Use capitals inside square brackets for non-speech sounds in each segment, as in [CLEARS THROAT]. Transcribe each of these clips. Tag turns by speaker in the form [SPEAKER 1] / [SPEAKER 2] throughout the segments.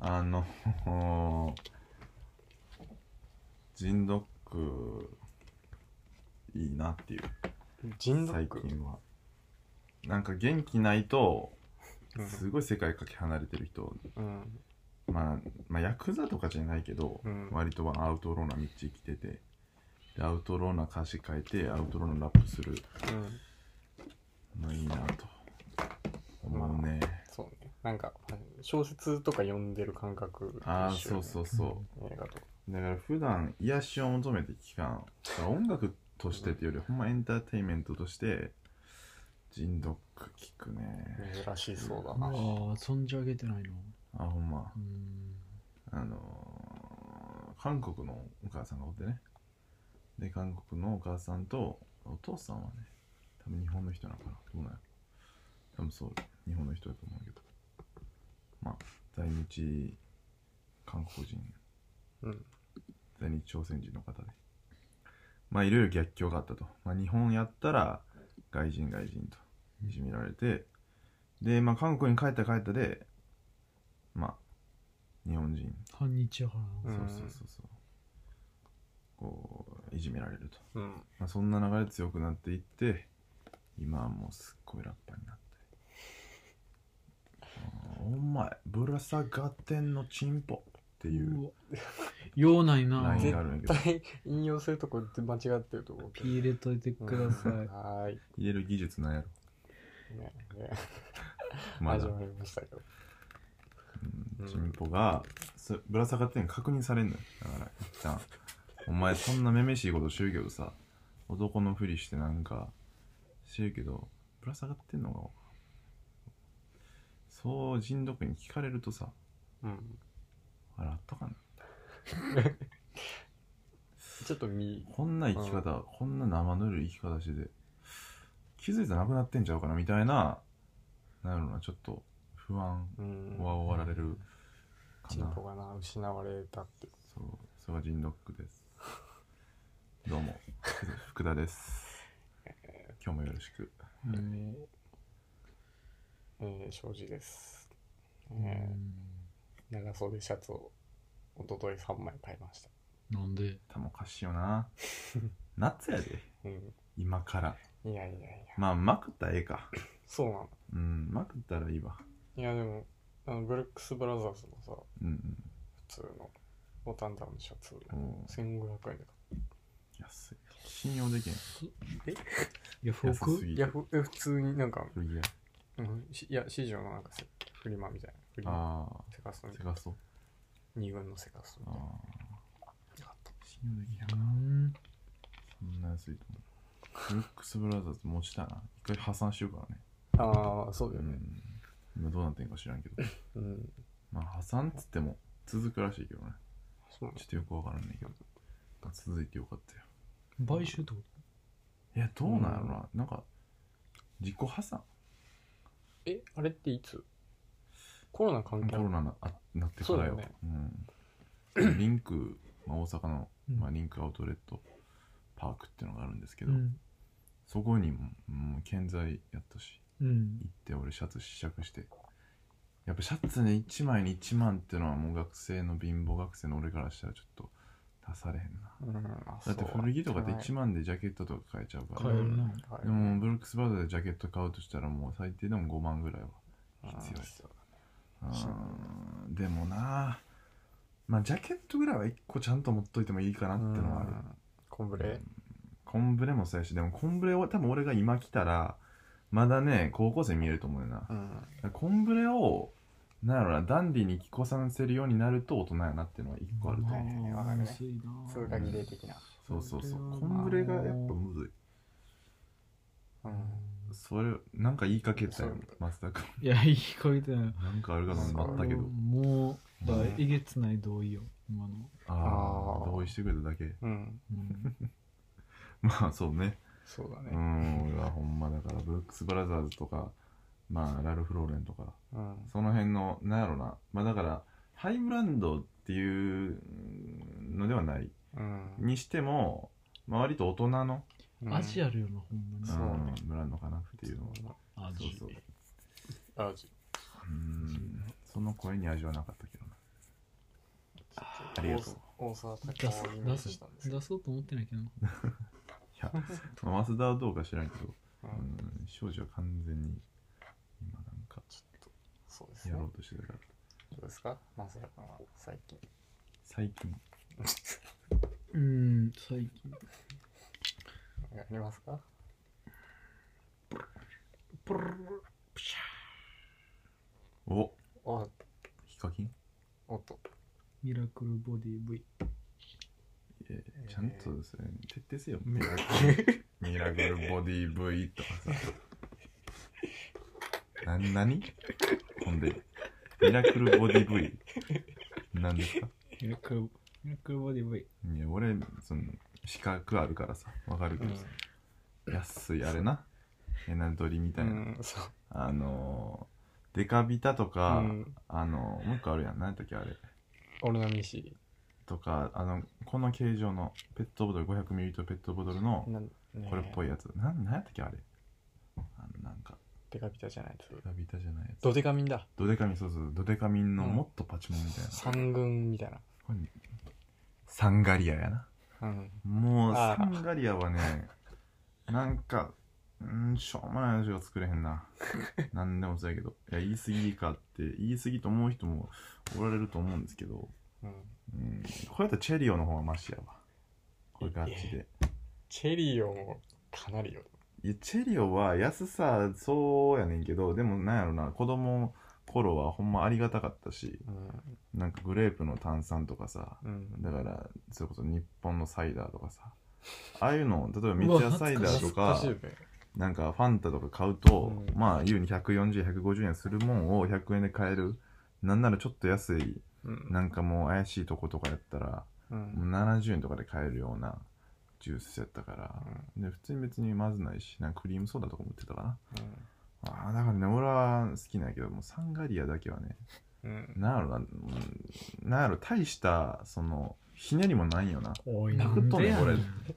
[SPEAKER 1] あの [LAUGHS] ジンドックいいなっていう
[SPEAKER 2] 人
[SPEAKER 1] 最
[SPEAKER 2] 力
[SPEAKER 1] 近はなんか元気ないと
[SPEAKER 2] うん
[SPEAKER 1] すごい世界かけ離れてる人、
[SPEAKER 2] うん
[SPEAKER 1] まあ、まあヤクザとかじゃないけど、
[SPEAKER 2] うん
[SPEAKER 1] 割とはアウトローな道生きててでアウトローな歌詞書いてアウトローなラップする
[SPEAKER 2] うん
[SPEAKER 1] のいいなと思うね、
[SPEAKER 2] そうねなんか小説とか読んでる感覚と一緒
[SPEAKER 1] ああーそうそうそう
[SPEAKER 2] 映画とか
[SPEAKER 1] だから普段癒しを求めて期間音楽としてっていうよりほんまエンターテインメントとして人読聞くね
[SPEAKER 2] 珍しいそうだ
[SPEAKER 3] ああ
[SPEAKER 2] な
[SPEAKER 3] 存じ上げてないな
[SPEAKER 1] あほんま
[SPEAKER 3] うん
[SPEAKER 1] あのー韓国のお母さんがおってねで韓国のお母さんとお父さんはね多分日本の人なのかなどうなんやろ多分そう日本の人だと思うけどまあ在日韓国人
[SPEAKER 2] うん
[SPEAKER 1] 在日朝鮮人の方でまあいろいろ逆境があったと、まあ、日本やったら外人外人といじめられてでまあ韓国に帰ったら帰ったでまあ日本人
[SPEAKER 3] 半日やから
[SPEAKER 1] そう
[SPEAKER 3] な
[SPEAKER 1] そうそうそうこういじめられると、
[SPEAKER 2] うん
[SPEAKER 1] まあ、そんな流れで強くなっていって今はもうすっごいラッパーになって「あーお前ぶら下がってんのチンポ」っていう
[SPEAKER 3] うわようない
[SPEAKER 1] ラ
[SPEAKER 3] な
[SPEAKER 1] インがあるんやけど
[SPEAKER 2] 絶対引用するとこ間違ってると思うけど
[SPEAKER 3] ピー入れといてください、
[SPEAKER 2] うんはーい
[SPEAKER 1] 入れる技術なんやろ
[SPEAKER 2] ねね
[SPEAKER 1] まだ
[SPEAKER 2] 始、まりましたけど
[SPEAKER 1] うん、チンポがそぶら下がってんの確認されんのよだから一旦お前そんなめめしいことしてるけどさ男のふりしてなんかしてるけどぶら下がってんのがそう人読に聞かれるとさ
[SPEAKER 2] うん
[SPEAKER 1] あれあったかな
[SPEAKER 2] ちょっと見
[SPEAKER 1] こんな生き方、こんな生ぬるい生き方してて気づいたらなくなってんちゃうかなみたいななんやろなちょっと不安
[SPEAKER 2] うん
[SPEAKER 1] は終わられるか
[SPEAKER 2] チン
[SPEAKER 1] な
[SPEAKER 2] ポがな失われたって
[SPEAKER 1] そう、それはジンドック
[SPEAKER 2] [LAUGHS]
[SPEAKER 1] です。どうも、福田です。今日もよろしく。
[SPEAKER 3] うん
[SPEAKER 2] えー、庄司です、
[SPEAKER 3] う
[SPEAKER 2] え
[SPEAKER 3] ん
[SPEAKER 2] ー、長袖シャツを一昨日3枚買いました
[SPEAKER 3] なんで
[SPEAKER 1] 多分おかしいよな。夏やで、
[SPEAKER 2] うん
[SPEAKER 1] 今から。
[SPEAKER 2] いやいやいや
[SPEAKER 1] まあ、まくったらええか。
[SPEAKER 2] そうなの
[SPEAKER 1] うん、まくったらいいわ。
[SPEAKER 2] いやでもあのブルックス・ブラザーズのさ
[SPEAKER 1] うん
[SPEAKER 2] 普通のボタンダウンのシャツ
[SPEAKER 1] うん。おー
[SPEAKER 2] 1500円で買っ
[SPEAKER 1] 安い。信用できん。
[SPEAKER 3] ヤフオ
[SPEAKER 1] 安
[SPEAKER 3] ク
[SPEAKER 1] すぎ
[SPEAKER 2] たい
[SPEAKER 1] る
[SPEAKER 2] や。ふえ普通になんか、
[SPEAKER 1] 古着屋。
[SPEAKER 2] うん、しいや市場のなんかせフリマみたいなフリマ
[SPEAKER 1] あ
[SPEAKER 2] セカスト
[SPEAKER 1] あ、
[SPEAKER 2] みたい
[SPEAKER 1] セ
[SPEAKER 2] な
[SPEAKER 1] ガソ。
[SPEAKER 2] 二軍のセカストみ
[SPEAKER 1] あ
[SPEAKER 2] たいな
[SPEAKER 1] あ、
[SPEAKER 2] 買った
[SPEAKER 1] 信用できん。
[SPEAKER 3] うん
[SPEAKER 1] そんな安いと思う。ブルックス・ブラザーズ持ちたいな。一回破産しようからね。
[SPEAKER 2] ああそうだ
[SPEAKER 1] う
[SPEAKER 2] よね
[SPEAKER 1] ん。今どうなってんか知らんけど。
[SPEAKER 2] うん
[SPEAKER 1] まあ、破産っつっても続くらしいけどね。
[SPEAKER 2] そうな
[SPEAKER 1] ちょっとよくわからんねんけど。まあ続いてよかったよ。
[SPEAKER 3] 買収ってこ
[SPEAKER 1] いや、どうなんやろな。なんか、自己破産
[SPEAKER 2] えあれっていつコロナ関係
[SPEAKER 1] コ
[SPEAKER 2] ある
[SPEAKER 1] ロナなあなってから
[SPEAKER 2] そう
[SPEAKER 1] よ
[SPEAKER 2] だよ。
[SPEAKER 1] うん。リンク、まあ、大阪の、
[SPEAKER 3] うん
[SPEAKER 1] まあ、リンクアウトレットパークっていうのがあるんですけ
[SPEAKER 3] と
[SPEAKER 1] ど、
[SPEAKER 3] うん
[SPEAKER 1] そこにも、もう健在やったし、
[SPEAKER 3] うん
[SPEAKER 1] 行って俺シャツ試着して。やっぱシャツね、1枚に1万ってのはもう学生の貧乏学生の俺からしたらちょっと出されへんな。
[SPEAKER 2] うんあ
[SPEAKER 1] だって古着とかって1
[SPEAKER 2] 万
[SPEAKER 1] 万でジャケットとか買えちゃうから。
[SPEAKER 3] 買えるな
[SPEAKER 1] でもブルックスバードでジャケット買うとしたらもう最低でも5万ぐらいは必要ですうーんでもなまあジャケットぐらいは1個ちゃんと持っといてもいいかなってのはある
[SPEAKER 2] コンブレ
[SPEAKER 1] コンブレもそうやしでもコンブレを多分俺が今来たらまだね高校生見えると思うよなだか
[SPEAKER 2] うん
[SPEAKER 1] らコンブレをなんやろなダンディに着こさせるようになると大人やなっていうのは1個あると思う、
[SPEAKER 2] ね
[SPEAKER 3] まあ
[SPEAKER 2] わかるね
[SPEAKER 3] 安いな
[SPEAKER 2] 通過儀礼的な
[SPEAKER 1] そうそうそう
[SPEAKER 3] それは
[SPEAKER 1] コンブレがやっぱむずい
[SPEAKER 2] うん
[SPEAKER 1] それなんか言いかけたよ
[SPEAKER 2] そう
[SPEAKER 1] 松田君
[SPEAKER 3] いやいい声だよ
[SPEAKER 1] なんかあるかと思ったけど
[SPEAKER 3] もうだから
[SPEAKER 2] うん
[SPEAKER 3] えげつない同意よ今の
[SPEAKER 1] あ
[SPEAKER 2] あ
[SPEAKER 1] あ
[SPEAKER 2] ー
[SPEAKER 1] 同意してくれただけ [LAUGHS]
[SPEAKER 2] うん
[SPEAKER 3] うん
[SPEAKER 1] まあそうね
[SPEAKER 2] そうだ
[SPEAKER 1] う
[SPEAKER 2] ね
[SPEAKER 1] ん俺はほんまだからブルックス・ブラザーズとかまあラルフ・ローレンとか
[SPEAKER 2] うん
[SPEAKER 1] その辺のなんやろなまあだからハイブランドっていうのではない
[SPEAKER 2] うん。
[SPEAKER 1] にしても、まあ、割と大人の、
[SPEAKER 3] アジ
[SPEAKER 2] ア
[SPEAKER 3] アるよな、ほんまに
[SPEAKER 2] そうね
[SPEAKER 1] んブランドかなっていうのは
[SPEAKER 3] ア
[SPEAKER 1] そう
[SPEAKER 3] ジ
[SPEAKER 1] そう
[SPEAKER 2] アジ
[SPEAKER 1] うんその声に味はなかったけどな
[SPEAKER 2] ア。
[SPEAKER 1] ありがとう
[SPEAKER 2] 大沢たか
[SPEAKER 3] 出そう
[SPEAKER 2] をイメー
[SPEAKER 3] 出
[SPEAKER 2] ジ
[SPEAKER 3] そ
[SPEAKER 2] したんです
[SPEAKER 3] う
[SPEAKER 2] けど。
[SPEAKER 3] 出そうと思ってないけどない
[SPEAKER 1] やまあ増田はどうか知らんけど、う
[SPEAKER 2] う
[SPEAKER 1] んん、少女は完全に今なんか
[SPEAKER 2] ちょっと、そうです
[SPEAKER 1] や
[SPEAKER 2] ね。
[SPEAKER 1] ろ
[SPEAKER 2] ど
[SPEAKER 1] うとしてたから
[SPEAKER 2] うですかまさかは最近。
[SPEAKER 1] 最近
[SPEAKER 3] うーん最近
[SPEAKER 2] やりますか
[SPEAKER 3] プルルル
[SPEAKER 1] お
[SPEAKER 2] お、
[SPEAKER 1] ヒカキン
[SPEAKER 2] おっと。
[SPEAKER 3] ミラクルボディ V
[SPEAKER 1] いやい
[SPEAKER 2] えー
[SPEAKER 1] やちゃんとですね徹底せよミラクルミラクルボディ V とかさな何ほんでミラクルボディ V なんですか
[SPEAKER 3] ミラクルミラクルボディ V
[SPEAKER 1] いや俺その資格あるからさわかるけどさ、安いあれなエナドリみ
[SPEAKER 2] う
[SPEAKER 1] たいな、
[SPEAKER 2] ん、そう。
[SPEAKER 1] あのー、デカビタとか、
[SPEAKER 2] うん
[SPEAKER 1] あのーもう一個あるやん何やったっけあれ
[SPEAKER 2] オルナミシ。
[SPEAKER 1] とかあのこの形状のペットボトル 500ml ペットボトルの
[SPEAKER 2] なんね
[SPEAKER 1] これっぽいやつ、なんなんやったっけあれあのなんか
[SPEAKER 2] デカビタじゃないと
[SPEAKER 1] デカビタじゃないやつ
[SPEAKER 2] ドデカミンだ
[SPEAKER 1] ドデカミンそうそうドデカミンの
[SPEAKER 2] うん
[SPEAKER 1] もっとパチモンみたいな、
[SPEAKER 2] 三軍みたいな
[SPEAKER 1] これサンガリアやな
[SPEAKER 2] うん
[SPEAKER 1] もう
[SPEAKER 2] あ
[SPEAKER 1] サ
[SPEAKER 2] ー
[SPEAKER 1] ンガリアはねなんかうんしょうもない味が作れへん
[SPEAKER 2] [LAUGHS]
[SPEAKER 1] な何でもそうやけどいや言い過ぎかって言い過ぎと思う人もおられると思うんですけど
[SPEAKER 2] うん
[SPEAKER 1] うんこれやったらチェリオの方がマシやわこれガチで
[SPEAKER 2] チェリオもかなりよ
[SPEAKER 1] いやチェリオは安さそうやねんけどでもなんやろな子供頃はほんまありがたかったし
[SPEAKER 2] うん
[SPEAKER 1] なんかグレープの炭酸とかさ
[SPEAKER 2] うん
[SPEAKER 1] だからそれこそ日本のサイダーとかさああいうの例えば三ツ矢サイダーとか
[SPEAKER 2] 懐かしいね
[SPEAKER 1] なんかファンタとか買うと、
[SPEAKER 2] うん
[SPEAKER 1] まあ言うに140150円するもんを100円で買えるなんならちょっと安い
[SPEAKER 2] うん
[SPEAKER 1] なんかもう怪しいとことかやったら
[SPEAKER 2] う
[SPEAKER 1] もうん70円とかで買えるようなジュースやったから、で普通に別にまずないしなんかクリームソーダとかも売ってたかなあーだからね俺は好きなんやけどもうサンガリアだけはね
[SPEAKER 2] うんうん
[SPEAKER 1] なんやろなうんなんやろ大したそのひねりもないんよな
[SPEAKER 3] おい
[SPEAKER 1] なくとんね
[SPEAKER 3] なんでやん
[SPEAKER 1] こ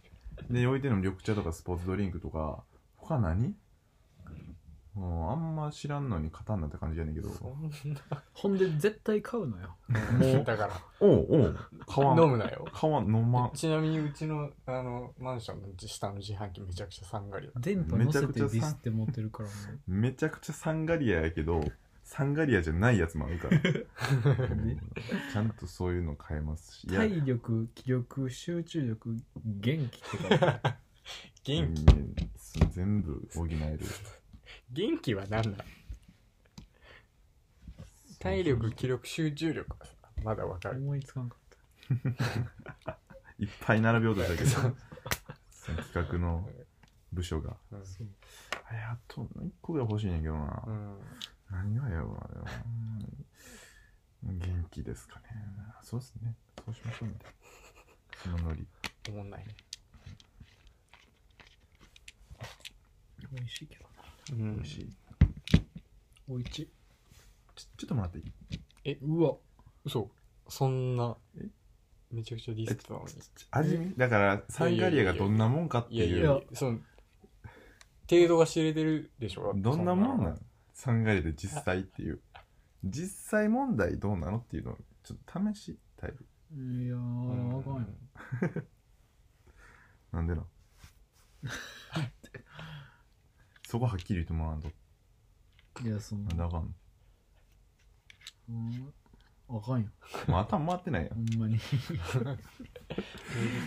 [SPEAKER 1] で置いてるの緑茶とかスポーツドリンクとか他何もうあんま知らんのに勝たんなって感じやねんけど
[SPEAKER 2] そ
[SPEAKER 1] お
[SPEAKER 2] ん
[SPEAKER 3] ほんで絶対買うのよ
[SPEAKER 2] なだから
[SPEAKER 1] うおう買わん
[SPEAKER 2] 飲むなよ
[SPEAKER 1] 買わん飲まん
[SPEAKER 2] ちなみにうちのあのマンションの下の自販機めちゃくちゃサンガリだ
[SPEAKER 3] 電波乗せてディスって持ってるからも [LAUGHS] う
[SPEAKER 1] めちゃくちゃサンガリアやけどサンガリアじゃないやつもある
[SPEAKER 2] [LAUGHS]
[SPEAKER 1] からうんちゃんとそういうの買えますしいや
[SPEAKER 3] 体力気力集中力元気って書いてある
[SPEAKER 2] 元気
[SPEAKER 1] うんそう全部補える
[SPEAKER 2] 元気は何なの体力気力集中力はさまだわかる
[SPEAKER 3] 思いつかんかっ
[SPEAKER 1] いっぱい並べようとしたけどその企画の部署が
[SPEAKER 2] うん
[SPEAKER 3] たそう
[SPEAKER 1] あれあと1個ぐらい欲しいねんけどな、
[SPEAKER 2] うん
[SPEAKER 1] 何がやろうなでもうん元気ですかねそうですねそうしましょうみたいなそのノリ
[SPEAKER 2] おもんないね
[SPEAKER 3] 美味しいけどな
[SPEAKER 2] うん
[SPEAKER 1] 美味しい
[SPEAKER 3] おいちい
[SPEAKER 1] ちょちょっともらっていいう
[SPEAKER 3] わ
[SPEAKER 2] 嘘そんな
[SPEAKER 1] え
[SPEAKER 2] めちゃくちゃディスってたのに
[SPEAKER 1] 味見だからサンガリアがどんなもんかって
[SPEAKER 2] いやい
[SPEAKER 1] い
[SPEAKER 2] や
[SPEAKER 1] う
[SPEAKER 2] いやその程度が知れてるでしょ
[SPEAKER 1] どんなもんな
[SPEAKER 2] の
[SPEAKER 1] のサンガリアで実際っていう実際問題どうなのっていうのをちょっと試したい
[SPEAKER 3] いやーわかんよ
[SPEAKER 1] なんでなそこはっきり言ってもらわんと
[SPEAKER 3] いやそん
[SPEAKER 1] な
[SPEAKER 3] なん
[SPEAKER 1] であかんの
[SPEAKER 3] うんあかんよ
[SPEAKER 1] もう頭回ってないやん
[SPEAKER 3] ほんまに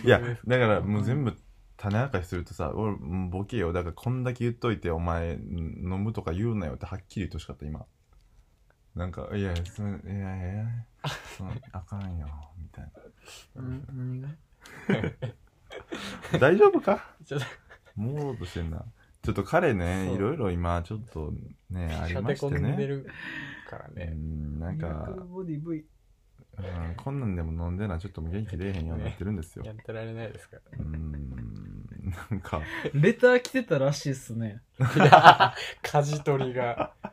[SPEAKER 1] いや、だからもう全部種明かしするとさ、俺、もうボケよ。だからこんだけ言っといて、お前、ん飲むとか言うなよってはっきり言ってほしかった、今。なんか、いや、そいやいやいや、そあかんよ、みたい
[SPEAKER 3] うん何が
[SPEAKER 1] な。大丈夫か
[SPEAKER 2] ちょっと
[SPEAKER 1] もろうとしてんな。ちょっと彼ね、
[SPEAKER 2] そう
[SPEAKER 1] いろいろ今、ちょっとね、ありま
[SPEAKER 2] 立て
[SPEAKER 1] して
[SPEAKER 2] 込んで
[SPEAKER 1] ね。
[SPEAKER 2] るから
[SPEAKER 1] う
[SPEAKER 2] ね
[SPEAKER 1] ん、なん
[SPEAKER 3] ミラク
[SPEAKER 1] か
[SPEAKER 3] ル、ボディ V
[SPEAKER 1] うん、こんなんでも飲んでな、ちょっともう元気出えへんようになってるんですよ
[SPEAKER 2] や。ってられないですから
[SPEAKER 1] うん、なんか、
[SPEAKER 3] レター来てたらしいっすね
[SPEAKER 2] 舵取りが
[SPEAKER 3] レ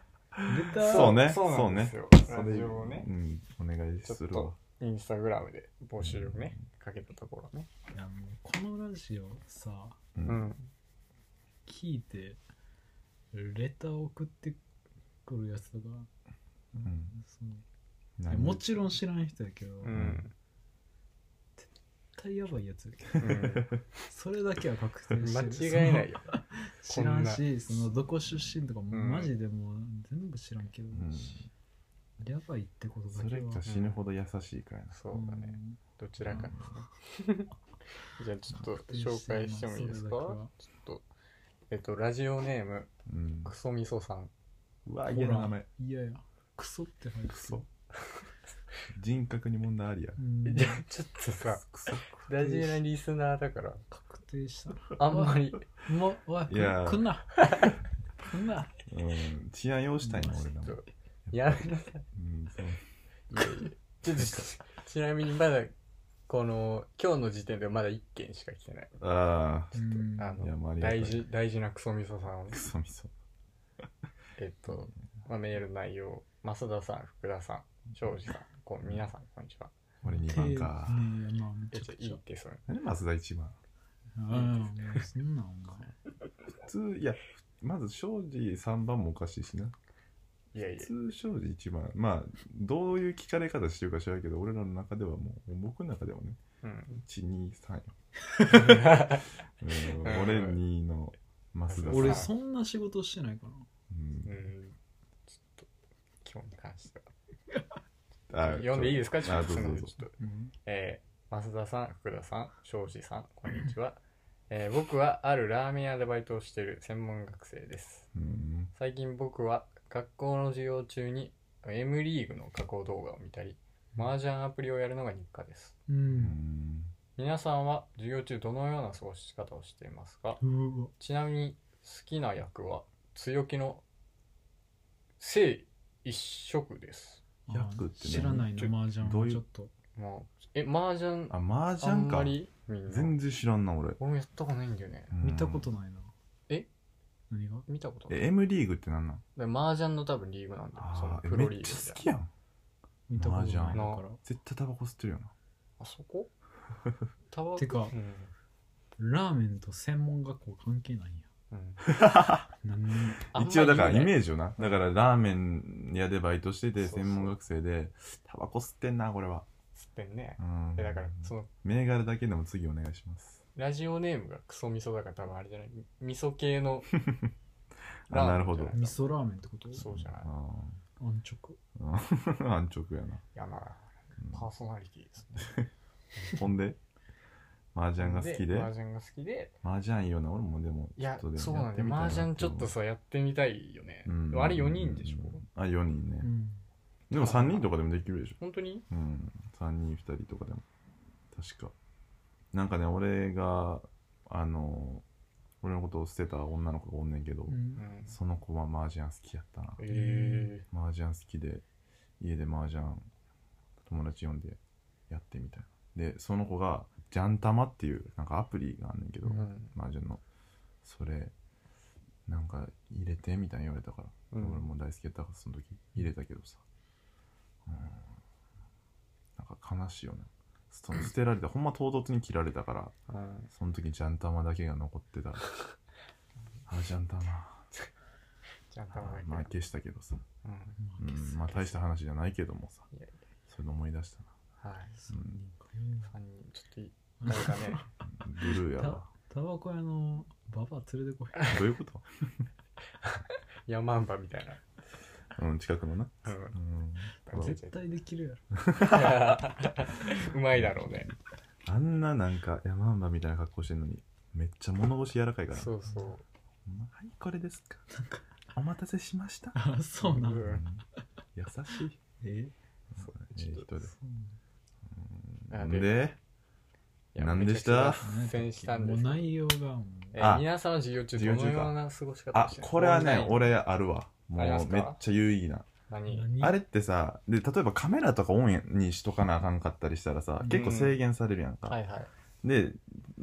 [SPEAKER 3] ター
[SPEAKER 1] そうね
[SPEAKER 2] そうなんですよ
[SPEAKER 1] そ
[SPEAKER 2] ラ
[SPEAKER 1] れ
[SPEAKER 2] ジオをね
[SPEAKER 1] うん、お願願いするわ。
[SPEAKER 2] インスタグラムで募集をね、かけたところね。
[SPEAKER 3] いやもうこのラジオさ
[SPEAKER 1] う。
[SPEAKER 2] うんん。
[SPEAKER 3] 聞いてレター送ってくるやつとか、
[SPEAKER 1] ん
[SPEAKER 3] そのい
[SPEAKER 1] 何
[SPEAKER 3] やもちろん知らん人やけど、
[SPEAKER 2] う
[SPEAKER 3] 絶
[SPEAKER 2] ん。
[SPEAKER 3] 対やばいやつやけど
[SPEAKER 2] うん
[SPEAKER 3] それだけは確定して
[SPEAKER 2] [LAUGHS]
[SPEAKER 3] る
[SPEAKER 2] 間違いないよ。
[SPEAKER 3] その知らん
[SPEAKER 2] こ
[SPEAKER 3] しそのどこ出身とかも、
[SPEAKER 2] うん
[SPEAKER 3] マジでもう全部知らんけど、
[SPEAKER 1] うん
[SPEAKER 3] やばいってことだ
[SPEAKER 1] そ
[SPEAKER 3] け
[SPEAKER 1] れ
[SPEAKER 3] は
[SPEAKER 1] か死ぬほど優しいかやな。
[SPEAKER 2] そうだね。どちらかですね。じゃあちょっと紹介してもいいですかち
[SPEAKER 3] それだけ
[SPEAKER 2] ょ
[SPEAKER 3] は
[SPEAKER 2] っと、えっと、ラジオネーム、
[SPEAKER 1] うん。
[SPEAKER 2] クソみそさん。
[SPEAKER 1] うわ、
[SPEAKER 3] ほ
[SPEAKER 1] 嫌な名
[SPEAKER 3] ら
[SPEAKER 1] 前。
[SPEAKER 3] いやいやクソって入ってる
[SPEAKER 1] クソ。人格に問題ありや。
[SPEAKER 3] うん
[SPEAKER 2] じゃあちょっとさ、
[SPEAKER 1] クソ。
[SPEAKER 2] ラジオのリスナーだから、
[SPEAKER 3] 確定した
[SPEAKER 2] あんまり、
[SPEAKER 3] もうわ
[SPEAKER 1] いや
[SPEAKER 3] くんなくんな
[SPEAKER 1] うん。治安用したいな、俺らも。
[SPEAKER 2] やめなさい。
[SPEAKER 1] うん、そう。
[SPEAKER 2] ちょっとちなみにまだ、この、今日の時点でまだ1件しか来てない。
[SPEAKER 1] あ
[SPEAKER 3] ちょっと
[SPEAKER 2] あ
[SPEAKER 1] あ。いや、もうあ
[SPEAKER 2] の、
[SPEAKER 1] りがたい
[SPEAKER 2] 大。事、大事なクソみそさんをね
[SPEAKER 1] ク、ソみそ。
[SPEAKER 2] えっと、まあ、メール内容、増田さん、福田さん、庄司さん、こう、皆さん、こんにちは。
[SPEAKER 1] 俺2番か。
[SPEAKER 3] ねえまあめ
[SPEAKER 2] え、
[SPEAKER 3] ち
[SPEAKER 2] ち
[SPEAKER 3] ゃ
[SPEAKER 2] ょ
[SPEAKER 3] く
[SPEAKER 2] いい
[SPEAKER 3] ちゃ
[SPEAKER 2] って、それ。
[SPEAKER 1] 何増田一番
[SPEAKER 3] うんもうそんなんお
[SPEAKER 1] 普通、いや、まず庄司3番もおかしいしな。
[SPEAKER 2] いやい
[SPEAKER 1] 普
[SPEAKER 2] や、
[SPEAKER 1] 通庄司1番。まあ、どういう聞かれ方してるか知らんけど、俺らの中ではもう、僕の中ではね、
[SPEAKER 2] [LAUGHS] うん。
[SPEAKER 1] 1、2、3よ。うん俺2の増田さ
[SPEAKER 3] 前
[SPEAKER 1] ん。
[SPEAKER 3] 俺そんな仕事してないか
[SPEAKER 1] うん
[SPEAKER 2] うんちょっと、今日に関しては。
[SPEAKER 1] あ
[SPEAKER 2] 読んでいいですかちょ
[SPEAKER 1] あ
[SPEAKER 2] っ
[SPEAKER 1] ど
[SPEAKER 2] と、す
[SPEAKER 1] う
[SPEAKER 2] み
[SPEAKER 1] ぞ
[SPEAKER 2] ま
[SPEAKER 1] どうんぞ
[SPEAKER 2] せちょっと。
[SPEAKER 3] なうん
[SPEAKER 2] えー、増田さん、福田さん、庄司さん、こんにちは。えー僕はあるラーメン屋でバイトをしている専門学生です。
[SPEAKER 1] うん
[SPEAKER 2] 最近僕は学校の授業中に M リーグの加工動画を見たり、麻雀アプリをやるのが日課です。
[SPEAKER 3] う
[SPEAKER 1] うんん
[SPEAKER 2] 皆さんは授業中どのような過ごし方をしていますか
[SPEAKER 3] うわ
[SPEAKER 2] ちなみに好きな役は強気の性一色です。
[SPEAKER 1] 百ってね
[SPEAKER 3] 知らない
[SPEAKER 1] ち
[SPEAKER 3] の
[SPEAKER 1] ょ
[SPEAKER 3] 麻雀
[SPEAKER 1] どう
[SPEAKER 3] は
[SPEAKER 1] いう
[SPEAKER 3] ちょっと
[SPEAKER 2] まあ、え、麻雀
[SPEAKER 1] あ、麻
[SPEAKER 2] あん
[SPEAKER 1] 雀
[SPEAKER 2] ま
[SPEAKER 1] か。
[SPEAKER 2] りみんな
[SPEAKER 1] 全然知らんな、俺。
[SPEAKER 2] 俺もやったことないんだよね。
[SPEAKER 1] うん
[SPEAKER 3] 見たことないな
[SPEAKER 2] え
[SPEAKER 3] 何が
[SPEAKER 2] 見たことない。
[SPEAKER 1] え、M リーグってなんなん
[SPEAKER 2] で麻雀の多分リーグなんだよ。その
[SPEAKER 1] あー
[SPEAKER 2] プ
[SPEAKER 1] め
[SPEAKER 2] ロリー
[SPEAKER 1] っ
[SPEAKER 2] グ
[SPEAKER 1] ちゃ
[SPEAKER 2] じゃ
[SPEAKER 1] 好きやん。
[SPEAKER 3] 見たことないだか
[SPEAKER 1] 麻
[SPEAKER 3] ら
[SPEAKER 1] 絶対タバコ吸ってるよな。
[SPEAKER 2] あそこタバコ
[SPEAKER 3] てか
[SPEAKER 2] うん
[SPEAKER 3] ラーメンと専門学校関係ないんや
[SPEAKER 2] うん
[SPEAKER 3] 何にも
[SPEAKER 2] あんまり
[SPEAKER 1] 一応だからイ
[SPEAKER 2] 言うね
[SPEAKER 1] メージよな。だからラーメン屋でバイトしてて、
[SPEAKER 2] そうそう
[SPEAKER 1] 専門学生で、タバコ吸ってんな、これは。
[SPEAKER 2] 吸ってんね
[SPEAKER 1] う。ん。
[SPEAKER 2] えだから、その、
[SPEAKER 1] 銘柄だけでも次お願いします。
[SPEAKER 2] ラジオネームがクソ味噌だから多分あれじゃない味噌系の
[SPEAKER 1] [LAUGHS] あなるほど
[SPEAKER 2] ラーメン
[SPEAKER 3] 味
[SPEAKER 2] じゃ
[SPEAKER 3] 噌ラーメンってこと
[SPEAKER 2] ないそうじゃない。
[SPEAKER 3] 安直
[SPEAKER 1] うん [LAUGHS] 安直やな。
[SPEAKER 2] いやな、パーソナリティですね。
[SPEAKER 1] うんほんで、麻雀が好きで
[SPEAKER 2] 麻、雀が好きで。
[SPEAKER 1] 麻雀いいよな、俺もでも、
[SPEAKER 2] いや
[SPEAKER 1] ちょっ、と
[SPEAKER 2] そ
[SPEAKER 1] でも
[SPEAKER 2] うな
[SPEAKER 1] や
[SPEAKER 2] ん
[SPEAKER 1] っ
[SPEAKER 2] だ
[SPEAKER 1] てみたい
[SPEAKER 2] よ。
[SPEAKER 1] な
[SPEAKER 2] 麻雀ちょっとさ、やってみたいよね。
[SPEAKER 1] うん
[SPEAKER 2] あれ4人でしょ
[SPEAKER 1] あ、4人ね。
[SPEAKER 3] うん
[SPEAKER 1] でも3人とかでもできるでしょ。
[SPEAKER 2] 本当に
[SPEAKER 1] うん。3人、2人とかでも。確か。なんかね、俺が、あの、俺のことを捨てた女の子がおんねんけど、
[SPEAKER 3] うん
[SPEAKER 2] うん。
[SPEAKER 1] その子は麻雀好きやったな。
[SPEAKER 2] え
[SPEAKER 1] 麻雀好きで、家で麻雀、友達呼んでやってみたいな。で、その子が、ジャンタマっていう、なんかアプリがあんねんけ
[SPEAKER 2] え。
[SPEAKER 1] ど、
[SPEAKER 2] うん。
[SPEAKER 1] 麻雀の。それ、なんか入れてみたいに言われたから。
[SPEAKER 2] う
[SPEAKER 1] 俺
[SPEAKER 2] ん
[SPEAKER 1] も大好きやったからその時入れたけどさ、うん、なんか悲しいよねそ
[SPEAKER 2] [CLEARS THROAT]
[SPEAKER 1] の捨てられたほんま唐突に切られたから
[SPEAKER 2] うん
[SPEAKER 1] その時ジャン玉だけが残って
[SPEAKER 2] [LAUGHS]
[SPEAKER 1] たあジャン玉
[SPEAKER 2] じゃあ、多分
[SPEAKER 1] まあ消したけどさ、
[SPEAKER 2] う
[SPEAKER 1] う
[SPEAKER 2] ん。
[SPEAKER 3] 負け
[SPEAKER 1] ん、
[SPEAKER 3] ず
[SPEAKER 1] まあ大した話じゃないけどもさ
[SPEAKER 2] いやい
[SPEAKER 1] それで思い出した
[SPEAKER 2] や。はい。
[SPEAKER 3] 三人か
[SPEAKER 2] 3人、ちょっといい。誰か
[SPEAKER 1] [LAUGHS]
[SPEAKER 2] ね。
[SPEAKER 1] なブルーやわ
[SPEAKER 3] タバコ屋のババア連れてこい
[SPEAKER 1] どういうこと、
[SPEAKER 2] ヤマンバみたいな。
[SPEAKER 1] うん、近くのな、 [LAUGHS]
[SPEAKER 2] うん [LAUGHS]
[SPEAKER 1] うん、
[SPEAKER 3] 絶対できるやろ
[SPEAKER 2] うまいだろうね。
[SPEAKER 1] あんななんか山ンバみたいな格好してんのにめっちゃ物腰柔らかいから
[SPEAKER 2] そうそう。
[SPEAKER 1] はいこれですかお待たせしました
[SPEAKER 3] あそうな
[SPEAKER 2] うんん
[SPEAKER 1] 優しい。
[SPEAKER 3] え
[SPEAKER 2] そう
[SPEAKER 1] ええ
[SPEAKER 2] ちょっと
[SPEAKER 1] 人で
[SPEAKER 3] そう
[SPEAKER 1] う
[SPEAKER 2] あ
[SPEAKER 1] ん
[SPEAKER 2] で
[SPEAKER 1] で、
[SPEAKER 2] いや
[SPEAKER 1] 何でした
[SPEAKER 3] なん
[SPEAKER 2] 苦戦したんですけ
[SPEAKER 3] も
[SPEAKER 2] ど
[SPEAKER 3] う内容がも
[SPEAKER 2] え
[SPEAKER 3] う
[SPEAKER 2] ー
[SPEAKER 1] あ
[SPEAKER 2] 皆さんは授業中どのような過ごし方を
[SPEAKER 1] あ
[SPEAKER 2] して、
[SPEAKER 1] これはね、
[SPEAKER 2] オン
[SPEAKER 1] 俺あるわ。も
[SPEAKER 2] あります
[SPEAKER 1] う
[SPEAKER 2] か
[SPEAKER 1] めっちゃ有意義な。
[SPEAKER 2] ライン何
[SPEAKER 3] 何
[SPEAKER 1] あれってさ、で、例えばカメラとかオンにしとかなあかんかったりしたらさ
[SPEAKER 3] う、ん
[SPEAKER 1] 結構制限されるやん
[SPEAKER 2] は
[SPEAKER 1] か。
[SPEAKER 2] いはい。
[SPEAKER 1] で、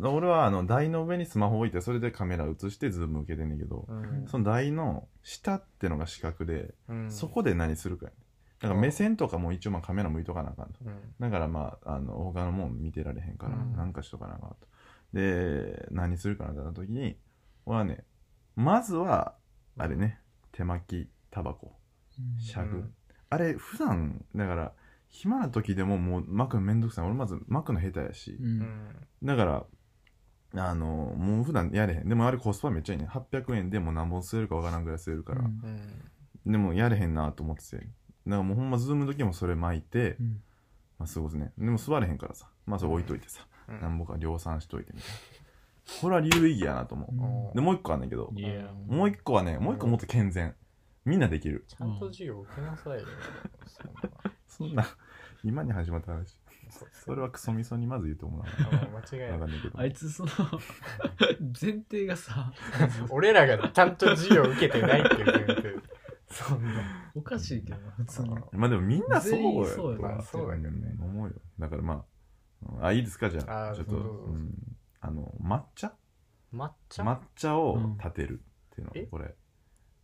[SPEAKER 1] 俺はあの台の上にスマホ置いて、それでカメラ映してズーム受けてんねんけど
[SPEAKER 2] う、ん
[SPEAKER 1] その台の下ってのが四角で、
[SPEAKER 2] うん
[SPEAKER 1] そこで何するかやね。なんか目線とかも一応まあカメラ向いとかなあかんと
[SPEAKER 2] うん
[SPEAKER 1] だからまああの他のもん見てられへんから、
[SPEAKER 2] うん
[SPEAKER 1] なんかしとかなあかんとで何するかなってなった時に俺はねまずはあれね手巻きタバコ
[SPEAKER 3] うん
[SPEAKER 1] シャグ、
[SPEAKER 2] うん
[SPEAKER 1] あれ普段だから暇な時でももう巻くのめんどくさい俺まず巻くの下手やし、
[SPEAKER 3] うん
[SPEAKER 2] うん
[SPEAKER 1] だからあのもう普段やれへんでもあれコスパめっちゃいいね800円でもう何本吸えるかわからんぐらい吸えるから、
[SPEAKER 3] うん
[SPEAKER 2] うん
[SPEAKER 1] でもやれへんなと思っててだからもうほんまズームの時もそれ巻いて、
[SPEAKER 3] うん
[SPEAKER 1] まあ過ごすねでも座れへんからさまあそれ置いといてさ、
[SPEAKER 2] うん
[SPEAKER 1] なんぼか量産しといてみたいなこれは有意義やなと思う、
[SPEAKER 2] おー
[SPEAKER 1] でもう一個あんねんけど、
[SPEAKER 3] いや
[SPEAKER 1] もう一個はねもう一個もっと健全みんなできる
[SPEAKER 2] ちゃんと授業受けなさいよ。そんな
[SPEAKER 1] そんな今に始まった話
[SPEAKER 2] そうそ
[SPEAKER 1] それはクソみそにまず言うと思うな
[SPEAKER 2] うあの間違い
[SPEAKER 1] わか
[SPEAKER 2] ない。
[SPEAKER 1] んないけど
[SPEAKER 3] あいつその前提がさ
[SPEAKER 2] 俺らがちゃんと授業受けてないっていう前提。そんな。
[SPEAKER 3] おかしいけどな普通に
[SPEAKER 1] まあでもみんなそう
[SPEAKER 3] 全
[SPEAKER 1] よ
[SPEAKER 3] 員そうよ
[SPEAKER 1] とは
[SPEAKER 2] まあそうだけどね
[SPEAKER 1] 思うよだからまあうんあいいですかじゃ
[SPEAKER 2] あ
[SPEAKER 1] あ
[SPEAKER 2] ー
[SPEAKER 1] ちょっと
[SPEAKER 2] そうそうそう
[SPEAKER 1] うんあの抹茶
[SPEAKER 2] 抹茶
[SPEAKER 1] 抹茶を
[SPEAKER 3] うん
[SPEAKER 1] 立てるっていうの、
[SPEAKER 2] え
[SPEAKER 1] これ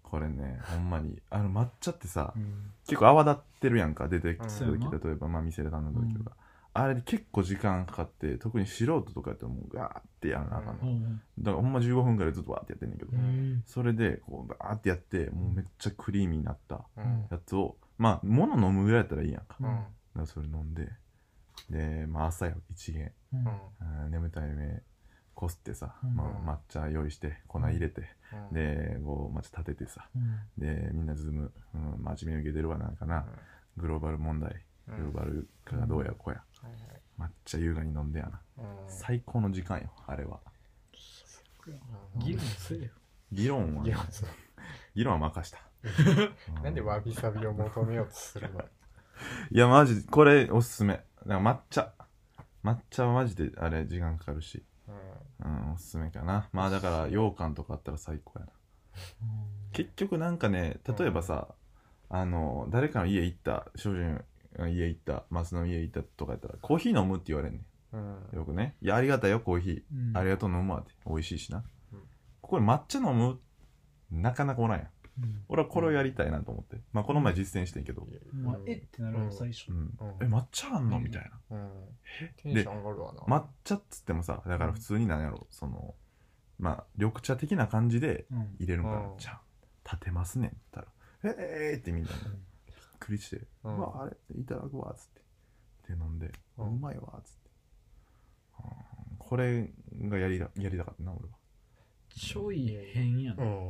[SPEAKER 1] これねほんまにあの抹茶ってさ
[SPEAKER 3] うん
[SPEAKER 1] 結構泡立ってるやんか出てきた時、
[SPEAKER 3] うん
[SPEAKER 1] 例えば、まあ、店で頼んだ時とか、あれで結構時間かかって特に素人とかやったらもうガーってやらなあかんの、
[SPEAKER 2] う
[SPEAKER 3] うん
[SPEAKER 1] だからほんま15分ぐらいずっとわーってやってんねんけど、
[SPEAKER 3] うん
[SPEAKER 1] それでこうバーってやってもうめっちゃクリーミーになった
[SPEAKER 2] うん。
[SPEAKER 1] やつをまあ物飲むぐらいやったらいいやんか
[SPEAKER 2] うん。
[SPEAKER 1] だからそれ飲んでで、まあ、朝よ一元
[SPEAKER 3] うん
[SPEAKER 2] うん。
[SPEAKER 1] あー眠たい目こすってさ、
[SPEAKER 3] うん
[SPEAKER 1] まあ、抹茶用意して粉入れて、
[SPEAKER 2] うん、
[SPEAKER 1] でこう抹茶立ててさ
[SPEAKER 3] うん
[SPEAKER 1] でみんなズーム、うん、真面目に受けてるわなんかな、グローバル問題
[SPEAKER 2] うん、
[SPEAKER 1] グローバル化がどうやこうや、
[SPEAKER 2] はいはい
[SPEAKER 1] 抹茶優雅に飲んでやな、
[SPEAKER 2] うん
[SPEAKER 1] 最高の時間よあれは
[SPEAKER 2] うん
[SPEAKER 3] 議論せえよ
[SPEAKER 1] 議論は
[SPEAKER 2] 議論す
[SPEAKER 1] 議論は任した、う
[SPEAKER 2] る [LAUGHS] なんでわびさびを求めようとするの
[SPEAKER 1] いやマジこれおすすめだから抹茶抹茶はマジであれ時間かかるし
[SPEAKER 2] う
[SPEAKER 1] うんおすすめかなまあだから羊羹とかあったら最高やな結局なんかね例えばさ、あの誰かの家行った少女の家行ったマスの家行ったとかやったらコーヒー飲むって言われんね
[SPEAKER 2] んうん
[SPEAKER 1] んよくねいやありがたいよコーヒ
[SPEAKER 3] うん
[SPEAKER 1] ーありがとう飲むわって美味しいしな、
[SPEAKER 2] うん
[SPEAKER 1] ここで抹茶飲むなかなかおらんやん
[SPEAKER 3] うん
[SPEAKER 1] 俺はこれをやりたいなと思って、まあこの前実践してんけど、
[SPEAKER 3] まあえってなるの最初
[SPEAKER 1] うん
[SPEAKER 2] うん
[SPEAKER 1] え抹茶あんのみたいな
[SPEAKER 2] うんテンション上がるわな
[SPEAKER 1] 抹茶っつってもさだから普通になんやろそのまあ緑茶的な感じで
[SPEAKER 3] うん
[SPEAKER 1] 入れるんかな
[SPEAKER 2] うん
[SPEAKER 1] じゃあ立てますねんって言ったら「えー!」ってみんなねびっくりして「
[SPEAKER 2] うん
[SPEAKER 1] うわあれいただくわ」っつってで飲んで「う
[SPEAKER 2] うん
[SPEAKER 1] まいわ」っつってうんこれがやりだやりたかったな俺は
[SPEAKER 3] ちょい変や
[SPEAKER 2] うんん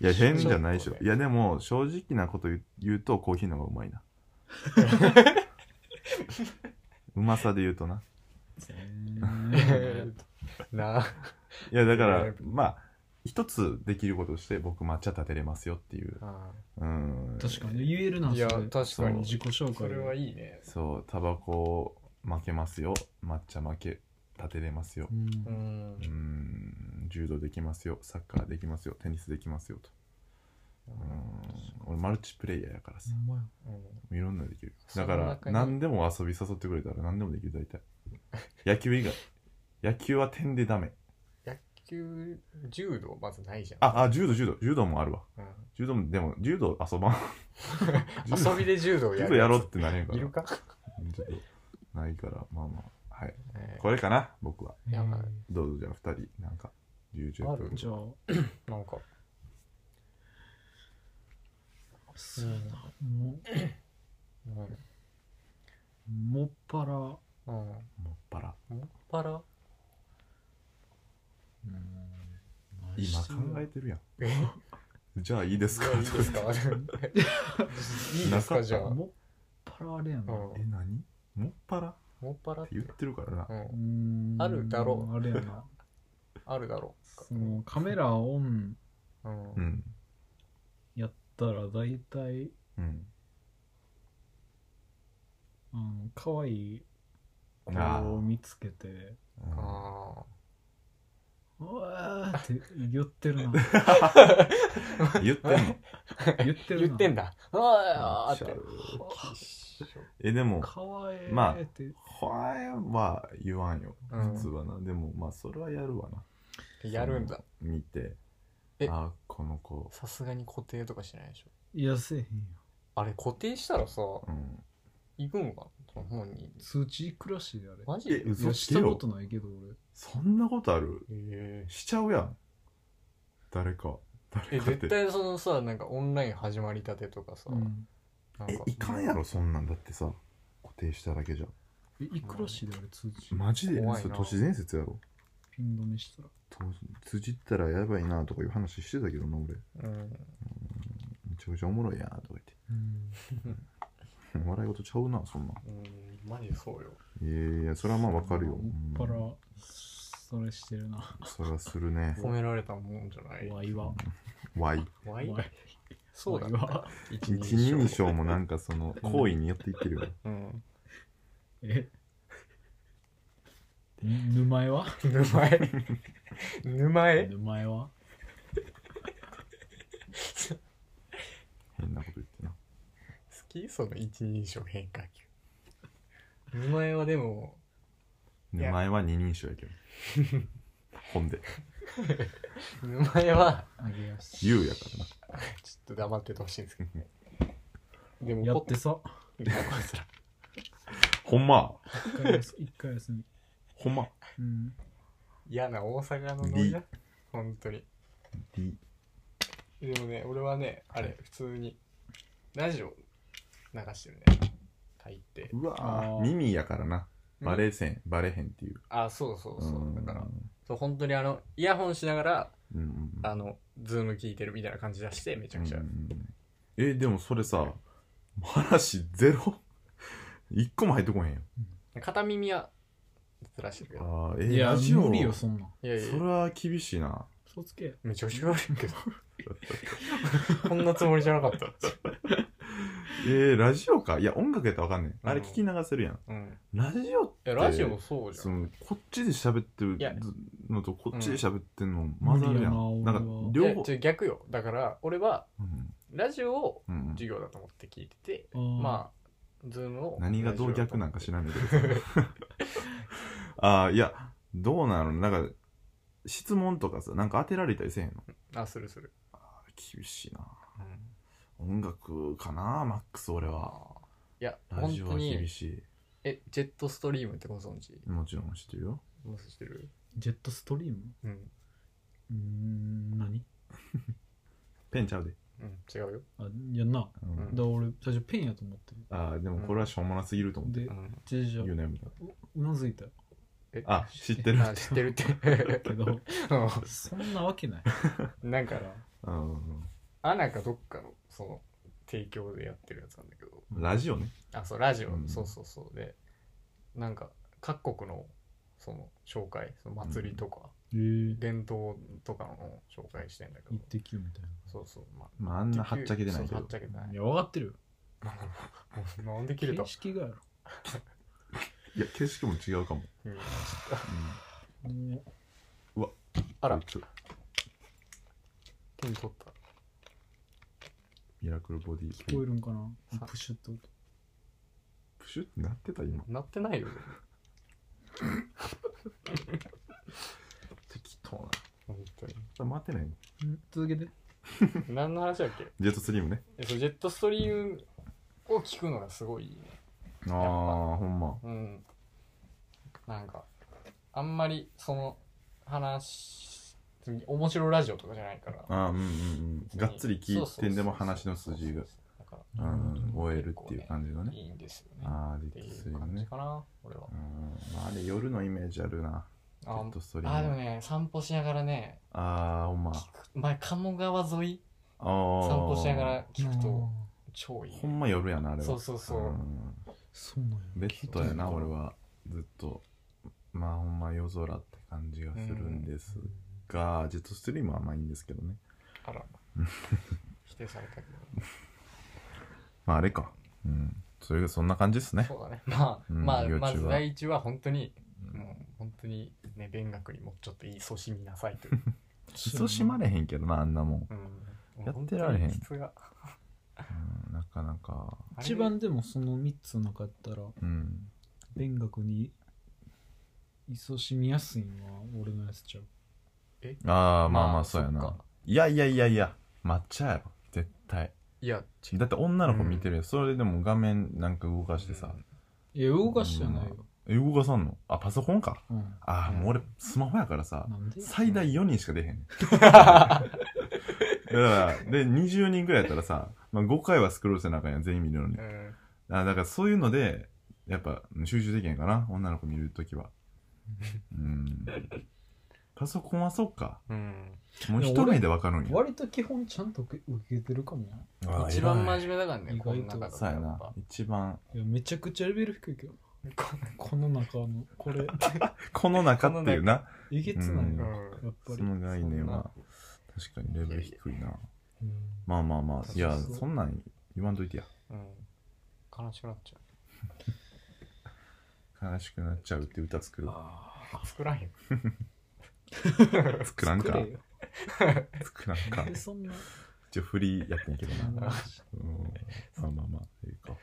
[SPEAKER 1] いや
[SPEAKER 2] ちょ
[SPEAKER 1] 変じゃないでし
[SPEAKER 2] ちょ
[SPEAKER 1] ょ
[SPEAKER 2] っと
[SPEAKER 1] いやでも正直なこと言う言うとコーヒーの方がうまいな [LAUGHS] うまさで言うとな
[SPEAKER 3] 全
[SPEAKER 2] なあ
[SPEAKER 1] いやだから
[SPEAKER 2] えー
[SPEAKER 1] まあ一つできることとして僕抹茶立てれますよっていううん
[SPEAKER 3] 確かに言えるない
[SPEAKER 2] や
[SPEAKER 3] それ
[SPEAKER 2] 確かに
[SPEAKER 3] 自己
[SPEAKER 2] そ
[SPEAKER 3] 紹介
[SPEAKER 2] れはいいね
[SPEAKER 1] そうタバコ負けますよ抹茶負け立てれますよ
[SPEAKER 3] うん
[SPEAKER 2] うん
[SPEAKER 1] うん柔道できますよサッカーできますよテニスできますよとうん俺マルチプレイヤーやからさ
[SPEAKER 3] ほんまや
[SPEAKER 2] うん
[SPEAKER 1] いろんなのできる
[SPEAKER 2] そ
[SPEAKER 1] だ
[SPEAKER 2] の
[SPEAKER 1] から
[SPEAKER 2] 中に
[SPEAKER 1] 何でも遊び誘ってくれたら何でもできる大体野球以外野球は点でダメ
[SPEAKER 2] 野球柔道まずないじゃん
[SPEAKER 1] ああ柔道柔道柔道もあるわ
[SPEAKER 2] うん
[SPEAKER 1] 柔道もでも柔道遊ば
[SPEAKER 2] [LAUGHS]
[SPEAKER 1] ん柔道
[SPEAKER 2] 遊びで柔道や
[SPEAKER 1] 柔
[SPEAKER 2] る
[SPEAKER 1] 道やろう
[SPEAKER 2] や
[SPEAKER 1] ってなれんか
[SPEAKER 2] つい
[SPEAKER 1] ら
[SPEAKER 2] るか
[SPEAKER 1] うんちょっとないからまあまあはい
[SPEAKER 2] え
[SPEAKER 1] これかな僕は
[SPEAKER 2] えやばい
[SPEAKER 1] どうぞじゃあ2人なんか優柔
[SPEAKER 2] あ
[SPEAKER 1] と
[SPEAKER 2] る
[SPEAKER 3] じゃあ
[SPEAKER 2] ーなんか
[SPEAKER 3] そうやなも
[SPEAKER 2] うん
[SPEAKER 3] もっぱら
[SPEAKER 2] うん
[SPEAKER 1] もっぱら
[SPEAKER 2] もっぱら
[SPEAKER 1] 今考えてるやん
[SPEAKER 2] え
[SPEAKER 1] じゃあいいですか
[SPEAKER 2] いいですかいいですかじゃあ
[SPEAKER 3] もっぱらあれやな
[SPEAKER 2] うん
[SPEAKER 1] え何もっぱらっ
[SPEAKER 2] もっぱらって
[SPEAKER 1] 言ってるからな
[SPEAKER 2] うん
[SPEAKER 3] うん
[SPEAKER 2] あるだろ
[SPEAKER 3] うあれやな
[SPEAKER 2] あるだろ
[SPEAKER 3] そのカメラオン
[SPEAKER 2] ううん
[SPEAKER 1] うん
[SPEAKER 3] やったら大体
[SPEAKER 1] うん
[SPEAKER 3] あの可愛い子
[SPEAKER 1] あ
[SPEAKER 3] を見つけて
[SPEAKER 1] うん
[SPEAKER 2] あ
[SPEAKER 3] 「うわ!」って言ってるな
[SPEAKER 1] [LAUGHS] 言ってんの
[SPEAKER 2] あ
[SPEAKER 3] 言ってるな
[SPEAKER 2] 言ってんだ [LAUGHS] ああって
[SPEAKER 1] えでも
[SPEAKER 3] 可愛い
[SPEAKER 1] まあ
[SPEAKER 3] って
[SPEAKER 1] ほわえは言わんよ
[SPEAKER 2] うん
[SPEAKER 1] 普通はなでもまあそれはやるわな
[SPEAKER 2] やるんだ
[SPEAKER 1] その見て
[SPEAKER 2] え
[SPEAKER 1] あこの子
[SPEAKER 2] さすがに固定とかしないでしょ
[SPEAKER 3] いやせえへんよ
[SPEAKER 2] あれ固定したらさ
[SPEAKER 1] うん。
[SPEAKER 2] 行くんかなその本人
[SPEAKER 3] 通知いくらしいであれ
[SPEAKER 2] マジ
[SPEAKER 1] え
[SPEAKER 2] で、
[SPEAKER 3] い
[SPEAKER 1] 嘘
[SPEAKER 3] や
[SPEAKER 1] し
[SPEAKER 3] してた
[SPEAKER 1] よ
[SPEAKER 3] ことないけど俺
[SPEAKER 1] そんなことある
[SPEAKER 2] え
[SPEAKER 1] しちゃうやん。誰か。誰
[SPEAKER 2] え
[SPEAKER 1] かっ
[SPEAKER 2] 絶
[SPEAKER 1] て。
[SPEAKER 2] 対そのさなんかオンライン始まりたてとかさ、
[SPEAKER 3] うん
[SPEAKER 2] なん
[SPEAKER 1] え
[SPEAKER 2] か、
[SPEAKER 1] いかんやろ、そんなんだってさ。固定しただけじゃ。
[SPEAKER 3] えいくらしいであれ通知
[SPEAKER 1] マジで
[SPEAKER 2] 怖いな
[SPEAKER 1] それ都市伝説やろ。
[SPEAKER 3] ピン止めしたら
[SPEAKER 1] と通じったらやばいなとかいう話してたけどな、俺。
[SPEAKER 2] うん
[SPEAKER 1] めちゃくちゃおもろいやんとか言って。
[SPEAKER 3] うん
[SPEAKER 1] [LAUGHS] 笑い事ちゃうな、そんなん。
[SPEAKER 2] うんマジでそうよ
[SPEAKER 1] いやいや、それはまあわかるよ。
[SPEAKER 3] もっぱら
[SPEAKER 1] うん
[SPEAKER 3] それしてるな
[SPEAKER 1] それはするね。
[SPEAKER 2] 褒められたもんじゃない
[SPEAKER 3] わいわ
[SPEAKER 1] わい。
[SPEAKER 2] わ
[SPEAKER 3] わ
[SPEAKER 2] いそうだ
[SPEAKER 3] わいわ
[SPEAKER 2] 一
[SPEAKER 1] 一人称もなんかその行為によって言ってるよね。
[SPEAKER 2] うん [LAUGHS]
[SPEAKER 3] えぬ沼江は
[SPEAKER 2] 沼へ沼へ
[SPEAKER 3] 沼江は
[SPEAKER 1] 変なこと言ってな。
[SPEAKER 2] 好きその一人称変化球沼へはでもいや
[SPEAKER 1] 名前は二人称やけど。本で。
[SPEAKER 2] 沼へは
[SPEAKER 3] あげやし
[SPEAKER 1] 言うやからな。
[SPEAKER 2] ちょっと黙っててほしいんですけどねでも
[SPEAKER 3] やってさ
[SPEAKER 2] こいつら
[SPEAKER 1] [LAUGHS] ほんま。
[SPEAKER 3] 一回休み一回休み
[SPEAKER 1] ほんま。
[SPEAKER 3] うん
[SPEAKER 2] 嫌な大阪のノリだ本当に
[SPEAKER 1] D。
[SPEAKER 2] でもね俺はねあれ普通にラジオ流してるね書いて
[SPEAKER 1] うわ
[SPEAKER 3] あ
[SPEAKER 1] ぁ。
[SPEAKER 3] ー
[SPEAKER 1] 耳やからな。バレせん、バレへんっていう。
[SPEAKER 2] あそうそうそううんだからそう本当にあのイヤホンしながら
[SPEAKER 1] うんうんうん。
[SPEAKER 2] あのズーム聞いてるみたいな感じ出してめちゃくちゃ、
[SPEAKER 1] うんうんうんえでもそれさ話ゼロ [LAUGHS] 一個も入ってこへんよ
[SPEAKER 2] 片耳はずらしてるけど
[SPEAKER 1] あーえ
[SPEAKER 3] いや
[SPEAKER 1] ラジオ
[SPEAKER 3] 無理よそんなん
[SPEAKER 2] いやいや
[SPEAKER 1] それは厳しいな
[SPEAKER 3] 嘘つけ
[SPEAKER 2] めちゃくちゃ悪いけどこんなつもりじゃな
[SPEAKER 1] [LAUGHS]
[SPEAKER 2] かった
[SPEAKER 1] えー、ラジオかいや音楽やったらわかんねん
[SPEAKER 2] うん
[SPEAKER 1] あれ聞き流せるやん
[SPEAKER 2] うん
[SPEAKER 1] ラジオっ
[SPEAKER 2] い
[SPEAKER 1] て
[SPEAKER 2] やラジオもそうじゃ
[SPEAKER 1] そ
[SPEAKER 2] ん
[SPEAKER 1] のこっちで喋ってる
[SPEAKER 2] いや
[SPEAKER 1] のとこっちで喋ってんの混ざるやん、
[SPEAKER 3] 無
[SPEAKER 1] な
[SPEAKER 3] 理や
[SPEAKER 1] ん
[SPEAKER 3] な
[SPEAKER 1] か
[SPEAKER 2] い
[SPEAKER 1] 両
[SPEAKER 2] や
[SPEAKER 1] 方
[SPEAKER 2] ちょ逆よだから俺は
[SPEAKER 1] うん
[SPEAKER 2] ラジオを
[SPEAKER 1] うんうん
[SPEAKER 2] 授業だと思って聞いてて、
[SPEAKER 3] あー
[SPEAKER 2] まあズームを
[SPEAKER 1] 何がどう逆なんか知
[SPEAKER 2] ない
[SPEAKER 1] らんけどああいやどうなのなんか質問とかさなんか当てられたりせえへんの
[SPEAKER 2] あするする、
[SPEAKER 1] 厳しいな
[SPEAKER 2] うん
[SPEAKER 1] 音楽かなマックス俺はい
[SPEAKER 2] や
[SPEAKER 1] ラ
[SPEAKER 2] 本
[SPEAKER 1] ジオ
[SPEAKER 2] 当
[SPEAKER 1] は厳
[SPEAKER 2] に
[SPEAKER 1] しい
[SPEAKER 2] えジェットストリームってご存知
[SPEAKER 1] もちろん知ってるよ
[SPEAKER 2] ご存知してる
[SPEAKER 3] ジェットストリーム
[SPEAKER 2] うん
[SPEAKER 3] うーん何
[SPEAKER 1] ペンちゃうで、
[SPEAKER 2] うん違うよ
[SPEAKER 3] あいやな
[SPEAKER 1] うん
[SPEAKER 2] うん
[SPEAKER 3] だから俺最初ペンやと思って
[SPEAKER 1] ああでもこれはしょうもなすぎると思って、
[SPEAKER 3] で
[SPEAKER 2] うん
[SPEAKER 3] じゃじゃ
[SPEAKER 1] 言うのやめた
[SPEAKER 3] ううなずいた
[SPEAKER 2] え
[SPEAKER 1] あ知ってる
[SPEAKER 2] あ知ってるって [LAUGHS]
[SPEAKER 3] けど
[SPEAKER 2] う
[SPEAKER 3] そんなわけない
[SPEAKER 1] [LAUGHS]
[SPEAKER 2] んなん
[SPEAKER 3] か
[SPEAKER 2] から
[SPEAKER 1] うんうん
[SPEAKER 2] アナかどっかのその提供でやってるやつなんだけど
[SPEAKER 1] うんラジオね
[SPEAKER 2] あそうラジオ、
[SPEAKER 1] うん
[SPEAKER 2] そうそうそうでなんか各国のその紹介その祭りとか、
[SPEAKER 3] えー
[SPEAKER 2] 伝統とかの紹介してんだけど
[SPEAKER 3] 一滴みたい
[SPEAKER 2] そうそうまあ
[SPEAKER 1] まああんなはっちゃけてないけ
[SPEAKER 2] そうは
[SPEAKER 1] ど
[SPEAKER 2] っちゃけてな
[SPEAKER 3] ないいや分かってるよ
[SPEAKER 2] もうなんで切れた
[SPEAKER 3] 形、式がやろ
[SPEAKER 1] いや景色も違うかも、
[SPEAKER 2] うん
[SPEAKER 3] も
[SPEAKER 2] あら
[SPEAKER 1] こいつ
[SPEAKER 2] 手に取った
[SPEAKER 1] ミラクルボディ
[SPEAKER 3] う聞こえるんかな
[SPEAKER 2] さ
[SPEAKER 3] プシュッと
[SPEAKER 1] プシュってなってた今
[SPEAKER 2] なってないよ
[SPEAKER 1] 適当な
[SPEAKER 2] 本当に
[SPEAKER 1] 待ってない
[SPEAKER 3] ん続けて
[SPEAKER 2] 何の話だっけ
[SPEAKER 1] ジェットストリームね
[SPEAKER 2] えそうジェットストリームを聞くのがすごいいいね
[SPEAKER 1] あ
[SPEAKER 2] ぱ
[SPEAKER 1] あほんま
[SPEAKER 2] うんなんかあんまりその話面白ラジオとかじゃないから
[SPEAKER 1] ああうんうんうんがっつり聞いてんでも話の筋が
[SPEAKER 2] だか
[SPEAKER 1] うん終えるっていう感じの
[SPEAKER 2] ら
[SPEAKER 1] ね
[SPEAKER 2] いいんですよね
[SPEAKER 1] ああ
[SPEAKER 2] っ
[SPEAKER 1] ジ
[SPEAKER 2] て
[SPEAKER 1] ェッ
[SPEAKER 2] い
[SPEAKER 1] トスト
[SPEAKER 2] う
[SPEAKER 1] リーム
[SPEAKER 2] 感じ
[SPEAKER 1] ね
[SPEAKER 2] かな俺は
[SPEAKER 1] うんまああれ夜のイメージあるなジェ
[SPEAKER 2] あ
[SPEAKER 1] ットストリーム
[SPEAKER 2] あでもね散歩しながらね
[SPEAKER 1] あー、ほんま。あ
[SPEAKER 2] 前鴨川沿い
[SPEAKER 1] あ。
[SPEAKER 2] 散歩しながら。聞くと
[SPEAKER 3] あ
[SPEAKER 2] 超いい
[SPEAKER 1] ほんま夜やな、あれは。
[SPEAKER 2] そうそうそうん
[SPEAKER 3] ーそうなんや
[SPEAKER 1] ベッドやな、俺は。ずっと。まあ、ほんま夜空って感じがするんですが、ジェットストリームはまあいいんですけどね。[LAUGHS]
[SPEAKER 2] あら否定されたけど
[SPEAKER 1] まあ、あれか。うん。それがそんな感じですね。
[SPEAKER 2] そうだね。まあ、
[SPEAKER 1] うん
[SPEAKER 2] まあ、
[SPEAKER 1] 幼稚
[SPEAKER 2] まず
[SPEAKER 1] は
[SPEAKER 2] 第一は本当に、
[SPEAKER 1] うん
[SPEAKER 2] もう本当にね、勉学にもうちょっといいそしみなさいという。
[SPEAKER 1] 勤しまれへんけどな、あんなもん。
[SPEAKER 2] うん
[SPEAKER 1] やってられへん
[SPEAKER 2] 本当に質が
[SPEAKER 1] うん、なかなか。
[SPEAKER 3] 一番でもその3つなかったら
[SPEAKER 1] うん。
[SPEAKER 3] 勉学に勤しみやすいのは俺のやつちゃう
[SPEAKER 1] ああ、まあま
[SPEAKER 2] まあ
[SPEAKER 1] あ、そうや
[SPEAKER 2] そっ
[SPEAKER 1] な
[SPEAKER 2] か。
[SPEAKER 1] いやいやいやいや、抹茶やろ。絶対。
[SPEAKER 2] いや、違う。
[SPEAKER 1] だって女の子見てるやんそれでも画面なんか動かしてさ、
[SPEAKER 3] いや、動かしじゃないよ。
[SPEAKER 1] え動かさんのあパソコンか
[SPEAKER 3] うん。
[SPEAKER 1] ああ、
[SPEAKER 2] うん
[SPEAKER 1] もう俺スマホやからさ
[SPEAKER 3] なんで
[SPEAKER 1] 最大4人しか出へんねんだからで20人ぐらいやったらさ、まあ、5回はスクロールせなあかんやん全員見るのに
[SPEAKER 2] うん。
[SPEAKER 1] あだからそういうのでやっぱ集中できへんかな女の子見るときはうんパソコンはそっか
[SPEAKER 2] うん。
[SPEAKER 1] もう一目でわかるんや
[SPEAKER 3] 割と基本ちゃんと受け受けてるかもな。
[SPEAKER 1] あ
[SPEAKER 2] 一番
[SPEAKER 1] 偉い
[SPEAKER 2] 真面目だからね
[SPEAKER 3] 意、外と
[SPEAKER 2] この中だと
[SPEAKER 1] そうや
[SPEAKER 2] やっ
[SPEAKER 1] な
[SPEAKER 2] ぱ。
[SPEAKER 1] 一番
[SPEAKER 3] いや、めちゃくちゃレベル低いけど。この中の、こ
[SPEAKER 1] [LAUGHS]
[SPEAKER 3] れ、
[SPEAKER 1] この中っていうな
[SPEAKER 3] えげつな
[SPEAKER 2] う
[SPEAKER 3] いよ。
[SPEAKER 2] ん
[SPEAKER 3] やっぱり
[SPEAKER 1] そ。の概念は確かにレベル低いな
[SPEAKER 3] うん
[SPEAKER 1] まあまあまあいや
[SPEAKER 3] そうそう
[SPEAKER 1] そんなん言わんといてや
[SPEAKER 2] うん。悲しくなっちゃ
[SPEAKER 1] 悲しくなっちゃうって歌作る
[SPEAKER 2] う。作ら
[SPEAKER 1] [LAUGHS]
[SPEAKER 2] んよ。
[SPEAKER 1] 作らんか
[SPEAKER 3] 作れよ
[SPEAKER 1] 作らん
[SPEAKER 3] な
[SPEAKER 1] か
[SPEAKER 3] ん [LAUGHS] でそんな。
[SPEAKER 1] 一応フリーやってんけどな
[SPEAKER 3] [LAUGHS] あ
[SPEAKER 1] うんまあまあまあいいか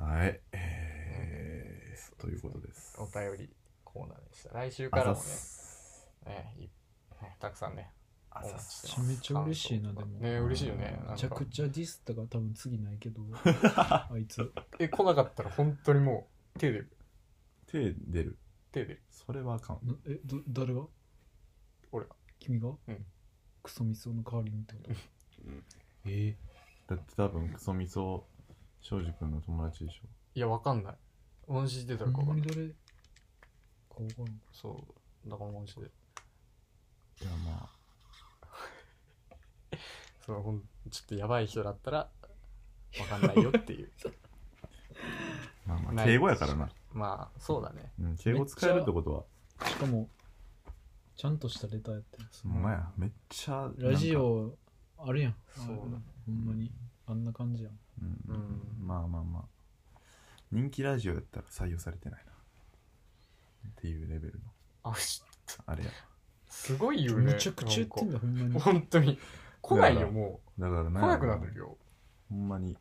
[SPEAKER 2] うん。
[SPEAKER 1] はいえーということです
[SPEAKER 2] お便りコーナーでした。来週か
[SPEAKER 1] あ
[SPEAKER 2] ら
[SPEAKER 1] ざっ
[SPEAKER 2] もね、
[SPEAKER 1] す
[SPEAKER 2] ねいねたくさんね。
[SPEAKER 1] あ
[SPEAKER 2] お
[SPEAKER 1] ざっ
[SPEAKER 2] 待ち
[SPEAKER 1] す
[SPEAKER 2] してます
[SPEAKER 3] めちゃめちゃ嬉しいなでも
[SPEAKER 2] ね嬉しいよね。な
[SPEAKER 3] め
[SPEAKER 2] ん
[SPEAKER 3] ちゃ
[SPEAKER 2] か
[SPEAKER 3] くちゃディスったから多分次な
[SPEAKER 2] [LAUGHS]
[SPEAKER 3] いけど、あいつ。
[SPEAKER 2] え、来なかったら本当にもう手出る。
[SPEAKER 1] 手出る
[SPEAKER 2] 手出る。
[SPEAKER 1] それはあかん
[SPEAKER 3] なえ、ど、誰が
[SPEAKER 2] 俺が。
[SPEAKER 3] 君が
[SPEAKER 2] うん
[SPEAKER 3] クソミソの代わりにってこと
[SPEAKER 1] えだって多分クソみそ庄司君の友達でしょ
[SPEAKER 2] いや、わかんない。音字出たらかわかんない。
[SPEAKER 3] 誰かわかんない
[SPEAKER 2] そう。だから音字で。
[SPEAKER 1] いやま
[SPEAKER 2] そうほんちょっとやばい人だったらわかんないよって
[SPEAKER 3] [LAUGHS]
[SPEAKER 2] いう
[SPEAKER 1] あまあま
[SPEAKER 2] な
[SPEAKER 1] あ
[SPEAKER 2] い
[SPEAKER 1] 敬語やからな
[SPEAKER 2] まあそうだね
[SPEAKER 1] うん敬語使えるってことは
[SPEAKER 3] しかも、ちゃんとしたレターやってる。
[SPEAKER 1] ほんまやめっちゃなんか
[SPEAKER 3] ラジオ、あるやん。
[SPEAKER 2] そうだね
[SPEAKER 3] ほんまに。あんな感じやん。
[SPEAKER 1] うん、
[SPEAKER 2] うん
[SPEAKER 1] まあまあまあ人気ラジオやったら採用されてないなっていうレベルの
[SPEAKER 2] あし
[SPEAKER 1] あれや
[SPEAKER 2] すごいよね
[SPEAKER 3] めちゃくちゃ言ってんだ、ほんま
[SPEAKER 2] なんか
[SPEAKER 3] に。
[SPEAKER 2] 本当に来ない
[SPEAKER 1] だか
[SPEAKER 2] よ
[SPEAKER 1] ら
[SPEAKER 2] も
[SPEAKER 1] だから
[SPEAKER 2] う
[SPEAKER 1] な
[SPEAKER 2] 来なくなるよ
[SPEAKER 1] ほんまに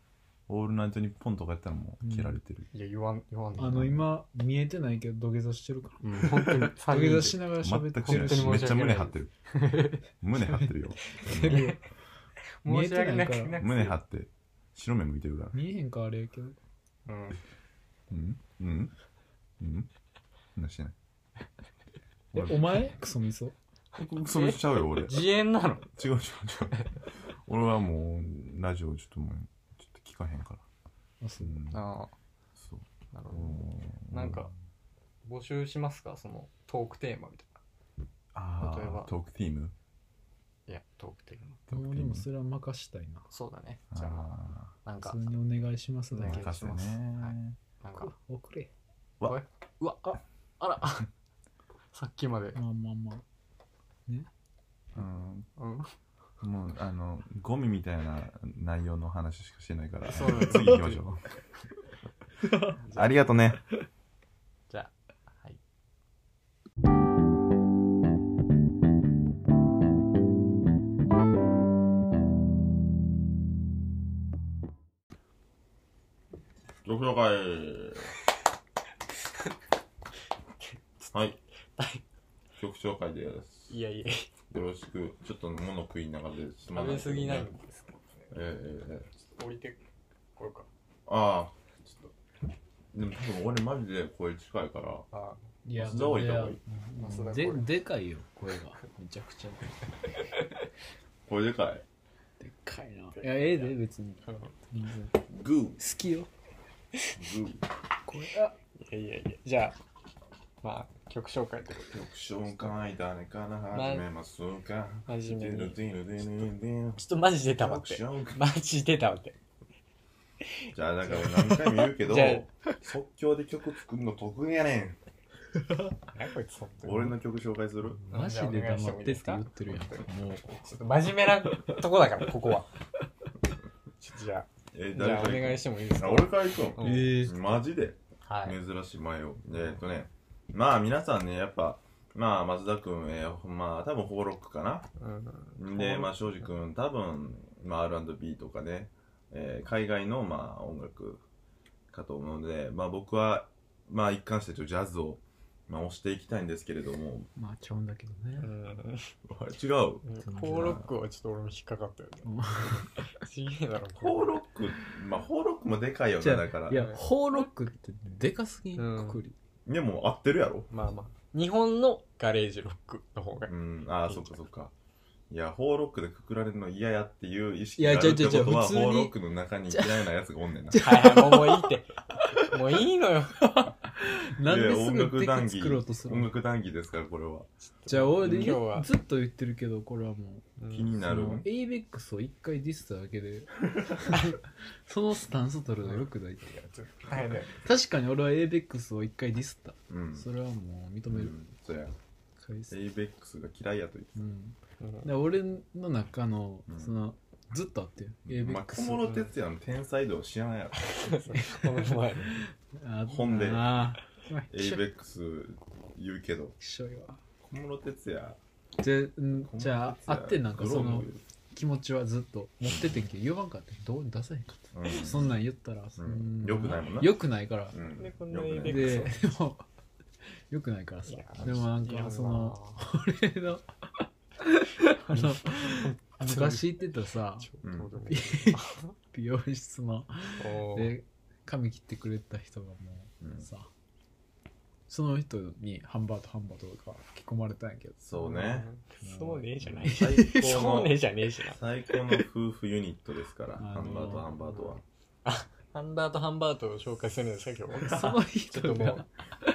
[SPEAKER 1] オールナイトニッポンとかやったらもう切られてる、
[SPEAKER 2] いや言わん言わんでいい
[SPEAKER 3] あの、今、見えてないけど、土下座してるから。
[SPEAKER 2] うん本
[SPEAKER 3] [LAUGHS]
[SPEAKER 2] 当に
[SPEAKER 3] 土下座し
[SPEAKER 2] な
[SPEAKER 3] ながら喋
[SPEAKER 1] 全
[SPEAKER 3] って
[SPEAKER 1] くしな
[SPEAKER 3] る
[SPEAKER 1] い
[SPEAKER 2] 本当に
[SPEAKER 3] し
[SPEAKER 2] 申。
[SPEAKER 1] めっ
[SPEAKER 2] し
[SPEAKER 1] ちゃ胸
[SPEAKER 2] 訳ない
[SPEAKER 1] 張ってる胸張って
[SPEAKER 2] [LAUGHS]
[SPEAKER 1] るよ
[SPEAKER 3] 見
[SPEAKER 2] 申
[SPEAKER 3] え
[SPEAKER 2] して訳
[SPEAKER 3] な
[SPEAKER 2] ない
[SPEAKER 3] から
[SPEAKER 2] くなく
[SPEAKER 1] 胸張って白目向いてるから
[SPEAKER 3] [LAUGHS] 見えへんか、あれやけど。
[SPEAKER 2] うん
[SPEAKER 1] うんうんうんそんなしてない
[SPEAKER 3] え、お前クソみそ。
[SPEAKER 1] それしちゃうよ俺違う
[SPEAKER 2] 自演なの
[SPEAKER 1] 違う違う俺はもうラジオちょっともうちょっと聞かへんから
[SPEAKER 3] あ、そううん
[SPEAKER 2] あ
[SPEAKER 1] そう
[SPEAKER 2] あなるほ
[SPEAKER 1] うん
[SPEAKER 2] どなんか募集しますかそのトークテーマみたい
[SPEAKER 1] あ
[SPEAKER 2] 例えば
[SPEAKER 1] あトークティーム
[SPEAKER 2] ないやトークテーマ
[SPEAKER 1] トー
[SPEAKER 3] も
[SPEAKER 1] ク
[SPEAKER 3] う
[SPEAKER 1] テ
[SPEAKER 3] で
[SPEAKER 1] ィーム
[SPEAKER 3] もそれは任したいな。
[SPEAKER 2] そうだねじゃあ
[SPEAKER 1] あ
[SPEAKER 2] なん
[SPEAKER 3] 普
[SPEAKER 2] か
[SPEAKER 3] 通にお願いします
[SPEAKER 1] あ
[SPEAKER 3] だけ。
[SPEAKER 2] お願いします
[SPEAKER 1] 任せね
[SPEAKER 2] はいなんか
[SPEAKER 3] 送れ。
[SPEAKER 2] うわああら [LAUGHS] さっきまで
[SPEAKER 3] まあまあまあ。
[SPEAKER 1] うん
[SPEAKER 2] うん
[SPEAKER 1] もうあのゴミみたいな内容の話しかしてないから
[SPEAKER 2] そうだね
[SPEAKER 1] 次行きましょうありがとね
[SPEAKER 2] じゃあ、はい。
[SPEAKER 1] ご苦労会はい
[SPEAKER 2] はい
[SPEAKER 1] 局長会です
[SPEAKER 2] いやいや、
[SPEAKER 1] よろしくちょっと物食いながらです
[SPEAKER 2] 食べ過ぎないん
[SPEAKER 1] え
[SPEAKER 2] ですけどね。
[SPEAKER 1] ええええ
[SPEAKER 2] 置いてこようか。
[SPEAKER 1] ああちょっとでも多分俺マジで声近いから
[SPEAKER 2] あ
[SPEAKER 3] い
[SPEAKER 1] 松田降りた方がいい
[SPEAKER 2] 松田
[SPEAKER 3] で
[SPEAKER 2] これ
[SPEAKER 3] でかいよ、声が。めちゃくちゃ。
[SPEAKER 1] 声でかい
[SPEAKER 3] でかいな。いや、ええで、別に。
[SPEAKER 2] あ。
[SPEAKER 3] 全然
[SPEAKER 1] グー
[SPEAKER 3] 好きよ。
[SPEAKER 1] グー
[SPEAKER 3] これあ
[SPEAKER 2] いやいやいや、じゃあ、まあ、曲紹介とか。
[SPEAKER 1] 曲紹介誰から始めますか
[SPEAKER 2] 真面目に。
[SPEAKER 1] ディルディルディルディル
[SPEAKER 2] ちょっとマジ出たわっ
[SPEAKER 1] 曲
[SPEAKER 2] て。
[SPEAKER 1] 紹介
[SPEAKER 2] マジ出たわって。
[SPEAKER 1] じゃあだから何回も言うけど
[SPEAKER 2] じゃ
[SPEAKER 1] 即興で曲作るの得意やねん
[SPEAKER 2] 何こいつ、本当に
[SPEAKER 1] 俺。の曲紹介する
[SPEAKER 3] マジで黙ってって言ってるやん。もう、
[SPEAKER 2] ちょっと真面目なとこだから、こ
[SPEAKER 1] [LAUGHS]
[SPEAKER 2] こは。ちょっとじゃあ、
[SPEAKER 1] え
[SPEAKER 2] じゃあお
[SPEAKER 1] から
[SPEAKER 2] 願いしてもいいです
[SPEAKER 1] あ
[SPEAKER 2] か
[SPEAKER 1] 俺から行く
[SPEAKER 2] うん
[SPEAKER 1] の
[SPEAKER 3] ええ
[SPEAKER 1] マジで
[SPEAKER 2] はい。
[SPEAKER 1] 珍しい前をえーっとねまあ皆さんねやっぱまあ松田君えーまあ多分邦ロックかな
[SPEAKER 2] うん
[SPEAKER 1] で、まあ、庄司君、多分、まあ、R&B とかね、えー海外の、まあ、音楽かと思うので、まあ、僕は、まあ、一貫してちょっとジャズをまあ、押していきたいんですけれども、
[SPEAKER 3] まあちゃうんだけどね
[SPEAKER 2] う。ん
[SPEAKER 1] あ違う。
[SPEAKER 2] コーロックはちょっと俺も引っかかったよね
[SPEAKER 3] うん
[SPEAKER 2] すげえだろ
[SPEAKER 1] ホーロック、まあ、ホーロックもでかいよ
[SPEAKER 3] じ
[SPEAKER 1] ね、
[SPEAKER 3] ゃあ
[SPEAKER 1] だから
[SPEAKER 3] い。や、ホーロックってでかすぎん
[SPEAKER 2] うん
[SPEAKER 3] くくり。
[SPEAKER 1] でも、合ってるやろ。
[SPEAKER 2] まあまあ日本のガレージロック
[SPEAKER 1] [LAUGHS]
[SPEAKER 2] の方が
[SPEAKER 1] うん、ああ、そっかそっか。いや、ホーロックでくくられるの嫌やっていう意識
[SPEAKER 3] い
[SPEAKER 1] が
[SPEAKER 3] や
[SPEAKER 1] あるってことは、
[SPEAKER 3] 違う違う違う普通に
[SPEAKER 1] ホーロックの中に嫌いなやつがおんねんな。
[SPEAKER 2] はいはいもうもういいってもういいのよ
[SPEAKER 3] なんです
[SPEAKER 1] 音楽
[SPEAKER 3] ぐ
[SPEAKER 1] 談
[SPEAKER 3] 敵
[SPEAKER 1] 義
[SPEAKER 3] 作ろうとする
[SPEAKER 1] 音
[SPEAKER 3] の
[SPEAKER 1] 楽談義ですから、これは。
[SPEAKER 3] じゃあ俺
[SPEAKER 2] 今日は
[SPEAKER 3] ずっと言ってるけど、これはもう。
[SPEAKER 2] うん
[SPEAKER 1] 気になる
[SPEAKER 3] そ。の ABEX を一回ディスっただ
[SPEAKER 1] [LAUGHS]
[SPEAKER 3] けでそのスタンス取るのよくないって
[SPEAKER 2] はいね
[SPEAKER 3] 確かに俺は ABEX を一回ディスった、
[SPEAKER 1] うん。
[SPEAKER 3] それはもう認
[SPEAKER 1] う
[SPEAKER 3] める、
[SPEAKER 1] ん、そうや。
[SPEAKER 3] 返す、
[SPEAKER 1] ABEX が嫌いやと言って
[SPEAKER 3] うん、
[SPEAKER 2] うん
[SPEAKER 3] で俺の中の
[SPEAKER 1] うん
[SPEAKER 3] その、ずっとあってよ
[SPEAKER 1] まあ、小
[SPEAKER 3] ABEX
[SPEAKER 1] 室哲也の天才度を知ら
[SPEAKER 3] [LAUGHS]
[SPEAKER 1] ないやろ。
[SPEAKER 2] この前
[SPEAKER 3] あ
[SPEAKER 1] 本で
[SPEAKER 3] あーまあきしょい
[SPEAKER 1] ABEX 言うけど、
[SPEAKER 3] きしょいわ
[SPEAKER 1] 小室哲也。
[SPEAKER 3] じゃうんじゃああってんなんか
[SPEAKER 1] グロ
[SPEAKER 3] そ
[SPEAKER 1] ーブ
[SPEAKER 3] の気持ちはずっと持っててんけど言わんかってどうに出さへんかっ
[SPEAKER 1] うん
[SPEAKER 3] たそんなん言ったら、
[SPEAKER 1] うん良くないもんな
[SPEAKER 3] よくないから
[SPEAKER 1] う
[SPEAKER 2] で
[SPEAKER 1] ん
[SPEAKER 2] こんな
[SPEAKER 1] よくない
[SPEAKER 2] エイベックス
[SPEAKER 3] で、でも、よくないからさ。でもなんか、そ [LAUGHS] の、俺の、あの、昔行ってたさ、美容室の、
[SPEAKER 2] [LAUGHS]
[SPEAKER 3] で、髪切ってくれた人がも
[SPEAKER 1] うん
[SPEAKER 3] う、さ、その人にハンバートハンバートとか吹き込まれたんやけ
[SPEAKER 2] [LAUGHS]
[SPEAKER 3] ど、
[SPEAKER 1] そうね。
[SPEAKER 2] そうねえじゃない
[SPEAKER 1] 最
[SPEAKER 2] そ
[SPEAKER 1] 高
[SPEAKER 2] うねえ
[SPEAKER 1] の
[SPEAKER 2] じゃねえしな
[SPEAKER 1] 最高の夫婦ユニットですから、
[SPEAKER 3] [LAUGHS] あのー
[SPEAKER 1] ハンバートハンバートは。
[SPEAKER 2] ハンバートハンバートを紹介するんですか今 [LAUGHS] 日
[SPEAKER 3] その
[SPEAKER 2] ちょ
[SPEAKER 3] 人
[SPEAKER 2] っとも
[SPEAKER 3] が、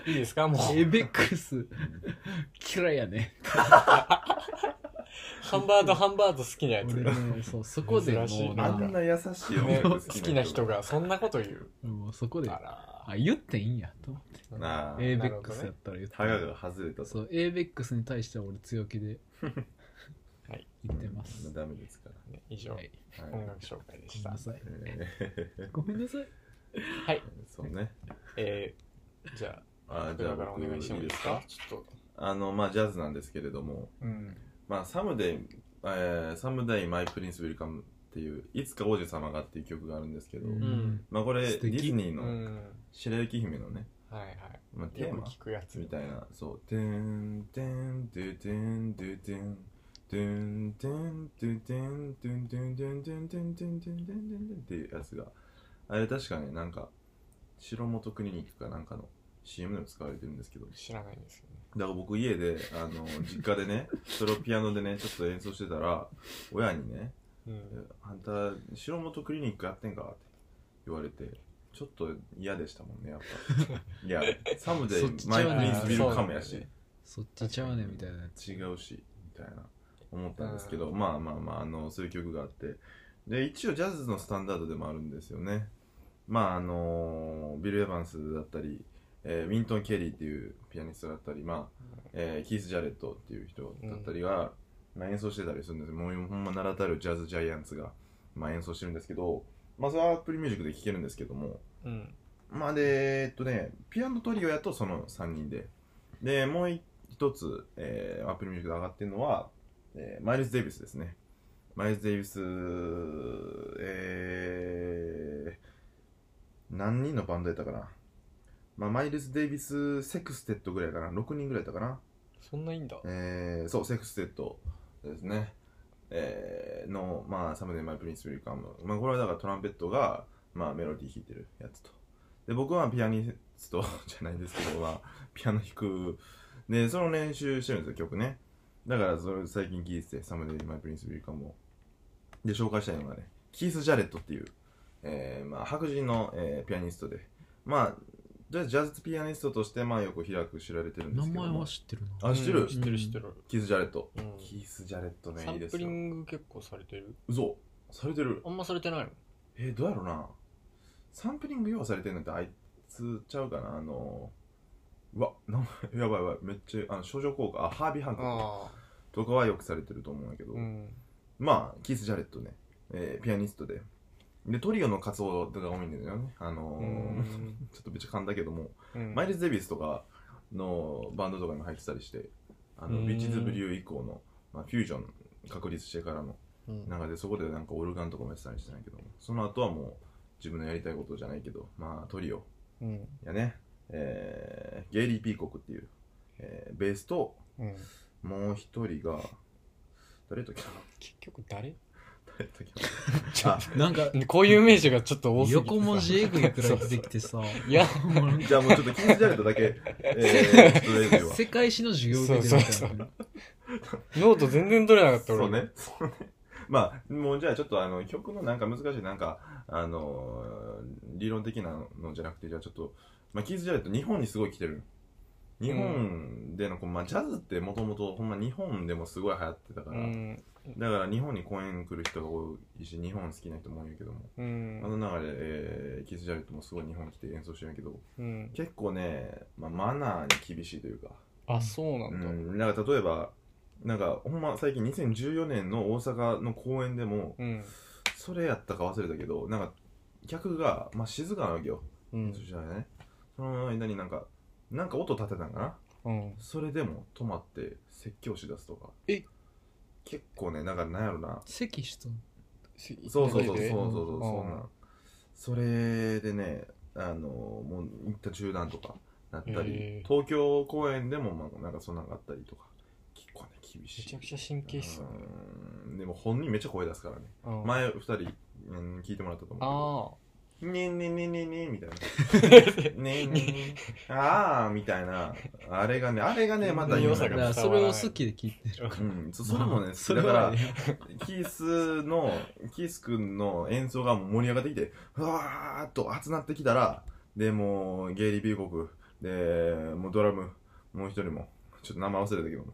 [SPEAKER 2] ういいですかも
[SPEAKER 3] エ
[SPEAKER 2] う
[SPEAKER 3] ベックス嫌いやね。
[SPEAKER 2] ハンバートハンバート好きなやつ
[SPEAKER 3] 俺ね、そう、そこでも
[SPEAKER 2] 珍しいう
[SPEAKER 1] あ
[SPEAKER 3] なん
[SPEAKER 1] ん
[SPEAKER 3] んか、
[SPEAKER 1] な優しい音
[SPEAKER 2] ね
[SPEAKER 1] 楽
[SPEAKER 2] 好きな人
[SPEAKER 1] が。
[SPEAKER 2] がそんなこと言う
[SPEAKER 3] もうそこで、あ、
[SPEAKER 2] あ
[SPEAKER 3] 言っていいんや、と思って。
[SPEAKER 2] ら
[SPEAKER 1] なあ、
[SPEAKER 2] え
[SPEAKER 3] ABEX やったら言って。
[SPEAKER 1] タガが外れたと。
[SPEAKER 3] そう、ABEX に対しては俺強気で
[SPEAKER 2] はい
[SPEAKER 3] 言ってます。
[SPEAKER 1] ダメですか
[SPEAKER 2] ね以上
[SPEAKER 3] はい、
[SPEAKER 1] ら。はい
[SPEAKER 2] 音楽紹介で
[SPEAKER 3] ごめ
[SPEAKER 2] し
[SPEAKER 3] ん
[SPEAKER 2] た
[SPEAKER 3] なさい。
[SPEAKER 1] えー [LAUGHS]
[SPEAKER 3] ごめんなさい。
[SPEAKER 2] はい
[SPEAKER 1] そうね。
[SPEAKER 2] えーじゃ
[SPEAKER 1] あ
[SPEAKER 2] あ
[SPEAKER 1] ーじゃあ
[SPEAKER 2] だからお
[SPEAKER 1] 僕
[SPEAKER 2] 願いしてもいいですかちょっと
[SPEAKER 1] あの、まあ、ジャズなんですけれども、
[SPEAKER 2] うん
[SPEAKER 1] まあ、サムデイ、えー、サムデイ、マイ・プリンス・ウィルカムっていう、いつか王子様がっていう曲があるんですけど、
[SPEAKER 3] うん
[SPEAKER 2] ん
[SPEAKER 1] まあ、これ、デ
[SPEAKER 3] 素敵
[SPEAKER 1] ィズニー
[SPEAKER 2] う
[SPEAKER 1] の
[SPEAKER 2] ん
[SPEAKER 1] 白雪姫のね、
[SPEAKER 2] はいは
[SPEAKER 1] まあ、
[SPEAKER 2] いよ
[SPEAKER 1] テー
[SPEAKER 2] く
[SPEAKER 1] マ
[SPEAKER 2] 聞くやつ
[SPEAKER 1] みたいな、そう、てんてんててんててんてんてんててんてんてんてんてんてんてんてんてんてんてんっていうやつが、あれ確かね、なんか、城本クリニックかなんかの CM でも使われてるんですけど、
[SPEAKER 2] 知らないんですよね
[SPEAKER 1] だから僕家で、あの、実家でね、それをピアノでね、ちょっと演奏してたら、親にね、
[SPEAKER 2] うん
[SPEAKER 1] あんた、城本クリニックやってんかって言われて、ちょっと嫌でしたもんね、やっぱ。いや、サムで
[SPEAKER 3] そっち
[SPEAKER 1] マイ
[SPEAKER 3] ち
[SPEAKER 1] プ
[SPEAKER 3] ゃうね
[SPEAKER 1] リンスビルカムやし
[SPEAKER 2] そうなんだよね、
[SPEAKER 3] そっちちゃうねみたいなやつ。
[SPEAKER 1] 違うし、みたいな、思ったんですけど、まあまあまあ、あの、そういう曲があって、で、一応ジャズのスタンダードでもあるんですよね。まあ、あのビル・エヴァンスだったり、えーウィントン・ケリーっていうピアニストだったり、まあ、えーキース・ジャレットっていう人だったりが、まあ、演奏してたりするんですよもうほんま名だたるジャズジャイアンツが、まあ、演奏してるんですけど、まあ、それはアプリミュージックで聴けるんですけども、
[SPEAKER 2] うん
[SPEAKER 1] まあ、で、えっとね、ピアノトリオやとその3人で、で、もう一つ、えーアプリミュージックで上がってるのは、えーマイルズ・デイビスですね。マイルズ・デイビス、えー、何人のバンドやったかな。まあ、マイルズ・デイビス・セクステッドぐらいかな。6人ぐらいやったかな。
[SPEAKER 2] そんないいんだ
[SPEAKER 1] えー、そう、セクステッドですね。えー、の、まあ、サムネイマイ・プリンス・ウィルカム。まあ、これはだからトランペットが、まあ、メロディー弾いてるやつと。で、僕はピアニスト [LAUGHS] じゃないんですけど、まあ、ピアノ弾く。で、その練習してるんですよ、曲ね。だから、それ最近聴いてて、サムネイマイ・プリンス・ウィルカムを。で、紹介したいのがね、キース・ジャレットっていう、えー、まあ、白人の、えーピアニストで。まあ、ジャジャズピアニストとして、まあ、よく開く知られてるんで
[SPEAKER 3] 名
[SPEAKER 1] すけども。
[SPEAKER 3] 前は知ってるな。
[SPEAKER 1] あ、知ってる、
[SPEAKER 2] うん知ってる知ってる
[SPEAKER 1] キース・ジャレット。
[SPEAKER 2] うん
[SPEAKER 1] キース・ジャレットね、
[SPEAKER 2] サ
[SPEAKER 1] いい
[SPEAKER 2] ン
[SPEAKER 1] で
[SPEAKER 2] プ
[SPEAKER 1] す
[SPEAKER 2] リ
[SPEAKER 1] よ。
[SPEAKER 2] ング結構されてる
[SPEAKER 1] 嘘されてる
[SPEAKER 2] あ。んまされてないの
[SPEAKER 1] えー、どうやろな。サンプリング用意されてるのってあいつちゃうかなあのー、うわ、名前、やばいやばい、めっちゃ、あの、少女効果、あ、ハービー・ハンク
[SPEAKER 2] ああ
[SPEAKER 1] とかはよくされてると思うんやけど、
[SPEAKER 2] うん
[SPEAKER 1] まあ、キース・ジャレットね、えーピアニストで。で、トリオの活動が多いんだよね。あのー
[SPEAKER 2] うん
[SPEAKER 1] [LAUGHS] ちょっとめっちゃ噛んだけども、
[SPEAKER 2] うん
[SPEAKER 1] マイルズ・デイビスとかのバンドとかにも入ってたりして、あ
[SPEAKER 2] う
[SPEAKER 1] の、
[SPEAKER 2] ん
[SPEAKER 1] ビーチズ・ブリュー以降の、まあ、フュージョン確立してからの
[SPEAKER 2] うん
[SPEAKER 1] なんかでそこでなんかオルガンとかもやってたりしてないけどその後はもう自分のやりたいことじゃないけどまあトリオ
[SPEAKER 2] うん
[SPEAKER 1] やねえー、ゲイリー・ピーコックっていうベースと
[SPEAKER 2] うん、
[SPEAKER 1] もう一人が誰ときた
[SPEAKER 2] 結局誰
[SPEAKER 1] 誰ときたあ
[SPEAKER 3] なんか、
[SPEAKER 2] こういう名詞がちょっと多すぎてさ
[SPEAKER 3] 横文字エグいくらい出てきてさ、
[SPEAKER 2] いや
[SPEAKER 3] もうなんか
[SPEAKER 1] じゃあもうちょっと気にしられただけ、えー、ちょっと大丈夫は。
[SPEAKER 3] 世界史の授業受けてるみたいな。
[SPEAKER 2] ノート全然取れなかった俺
[SPEAKER 1] そうね。そうね。まあ、もうじゃあちょっとあの、曲のなんか難しい、なんか、あのー理論的なのじゃなくて、じゃあちょっと、まあ、キーズ・ジャレット日本にすごい来てる。日本での、こうまあ、ジャズってもともとほんま日本でもすごい流行ってたか
[SPEAKER 2] う
[SPEAKER 1] ら、
[SPEAKER 2] ん
[SPEAKER 1] だから日本に公演来る人が多いし、日本好きな人も多いんやけども、
[SPEAKER 2] う
[SPEAKER 1] あ
[SPEAKER 2] ん
[SPEAKER 1] の中で、えー、キーズ・ジャレットもすごい日本来て演奏してるんやけど、
[SPEAKER 2] うん
[SPEAKER 1] 結構ね、まあ、マナーに厳しいというか、
[SPEAKER 2] あそうな
[SPEAKER 1] うん
[SPEAKER 2] だ
[SPEAKER 1] ん、なんか例えば、なんかほんま最近2014年の大阪の公演でも、
[SPEAKER 2] うん
[SPEAKER 1] それやったか忘れたけど、なんか客が、まあ、静かなわけよ、
[SPEAKER 2] うん
[SPEAKER 1] そしたらね、その間になんか、なんか音立てたんかな、
[SPEAKER 2] うん
[SPEAKER 1] それでも止まって説教しだすとか。
[SPEAKER 2] え
[SPEAKER 1] 結構ね、なんかなんやろな、
[SPEAKER 3] 関しと
[SPEAKER 1] そうそうそうそうそう
[SPEAKER 2] で
[SPEAKER 1] そう、そん
[SPEAKER 2] う
[SPEAKER 1] なんん。それでね、あのもう行った中断とかなったり
[SPEAKER 2] へ、ー
[SPEAKER 1] 東京公演でも、まあ、なんかそんなんがあったりとか、結構ね、厳しい。
[SPEAKER 2] めちゃくちゃ神経質だね
[SPEAKER 1] うーんでも本人めっちゃ声出すからね。
[SPEAKER 2] うん
[SPEAKER 1] 前2人、うん聞いてもらったと思
[SPEAKER 2] あ
[SPEAKER 1] うけど。ねえねえねえねえねえみたいな。ねえねえねえ。ああみたいな。あれがね、あれがね、またいいのよ
[SPEAKER 2] 良さが
[SPEAKER 3] だからそれを好きで聞いてる。
[SPEAKER 1] うん、そそれもね、
[SPEAKER 3] それ
[SPEAKER 1] だか
[SPEAKER 3] は
[SPEAKER 1] ら
[SPEAKER 3] ね、
[SPEAKER 1] キースの、キースくんの演奏がもう盛り上がってきて、うわーっと熱なってきたら、で、もう、ゲイリー・ビーコク、で、もうドラム、もう一人も、ちょっと名前忘れたけど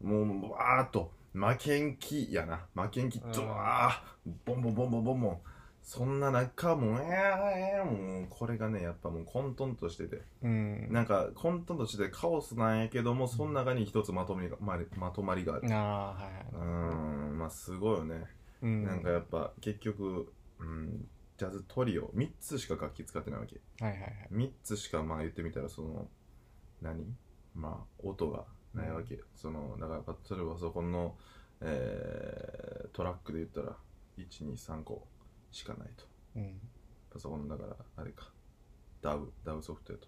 [SPEAKER 1] も、もう、もうわーっと、負けん気やな、負けん気、
[SPEAKER 2] うん
[SPEAKER 1] ドワー、ボンボンボンボンボンボン、そんな中、もう、えー、もう、これがね、やっぱもう混沌としてて、
[SPEAKER 2] あうん
[SPEAKER 1] なんか混沌としてカオスなんやけども、その中に一つまとめがまりまとまりがある。
[SPEAKER 2] ああはいはいう
[SPEAKER 1] ーんまあすごいよね、
[SPEAKER 2] うん
[SPEAKER 1] なんかやっぱ結局、うん、ジャズトリオ3つしか楽器使ってないわけ
[SPEAKER 2] はいはいはい
[SPEAKER 1] 3つしかまあ言ってみたらその何まあ音がないわけ、そのだから例えばそこの、えートラックで言ったら123個しかないと
[SPEAKER 2] うん
[SPEAKER 1] パソコンのだからあれか DAW, DAW ソフトやと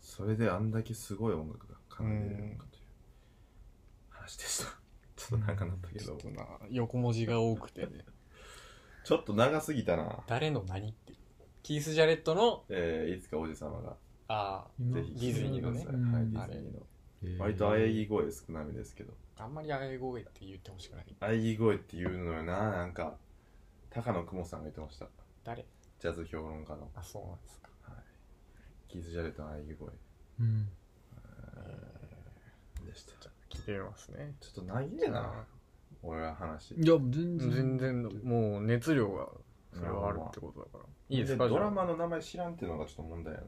[SPEAKER 1] それであんだけすごい音楽が奏でれるのかという話でしたちょっと長くなったけ
[SPEAKER 2] ちょ
[SPEAKER 1] ど
[SPEAKER 2] っとな横文字が多くてね
[SPEAKER 1] ちょっと長すぎたな
[SPEAKER 2] 誰の何っていうキース・ジャレットの
[SPEAKER 1] えー、いつかおじ様が
[SPEAKER 2] あ
[SPEAKER 1] ぜひ
[SPEAKER 2] ディズニー
[SPEAKER 1] 聞
[SPEAKER 2] の
[SPEAKER 1] い
[SPEAKER 2] ね
[SPEAKER 1] てくださいはいデ
[SPEAKER 2] ん
[SPEAKER 1] ィズニーの
[SPEAKER 3] 今
[SPEAKER 1] 割とあえぎ声少なめですけど
[SPEAKER 2] ああんまりあえごえって言ってほしくない
[SPEAKER 1] あえぎ声っていうのよななんか高野雲さんが言ってました
[SPEAKER 2] 誰
[SPEAKER 1] ジャズ評論家の
[SPEAKER 2] あそうなんですか
[SPEAKER 1] キース・ジャレットのあえぎ声
[SPEAKER 3] うん。
[SPEAKER 1] でしたちょ
[SPEAKER 2] 聞いてみますね
[SPEAKER 1] っと長えな俺は話
[SPEAKER 3] いや、全然。
[SPEAKER 2] 全然もう熱量がそれはあるってことだからいいですか
[SPEAKER 1] でドラ
[SPEAKER 2] じゃ
[SPEAKER 1] マの名前知らんっていうのがちょっと問題や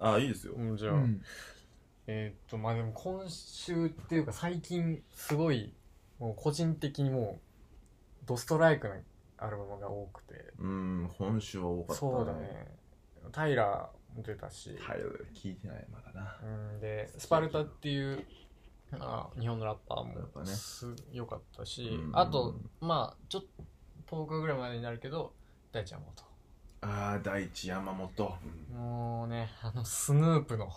[SPEAKER 1] なあいいですよ
[SPEAKER 2] あうんじゃ
[SPEAKER 3] う
[SPEAKER 2] あ、
[SPEAKER 3] ん。
[SPEAKER 2] えーっとまあでも今週っていうか最近すごいもう個人的にもうドストライクなアルバムが多くて
[SPEAKER 1] うん本週は多かった
[SPEAKER 2] そうだねタイラーも出たし、
[SPEAKER 1] タイトル聞いてないまだな
[SPEAKER 2] うんでスパルタっていう、まあ、日本のラッパー
[SPEAKER 1] やっぱ
[SPEAKER 2] も
[SPEAKER 1] ね
[SPEAKER 2] す、良かったし、
[SPEAKER 1] うん
[SPEAKER 2] あとまあちょっと10日ぐらいまでになるけど大ちゃんもと
[SPEAKER 1] ああ大地山本、うん
[SPEAKER 2] もうねあのスヌープの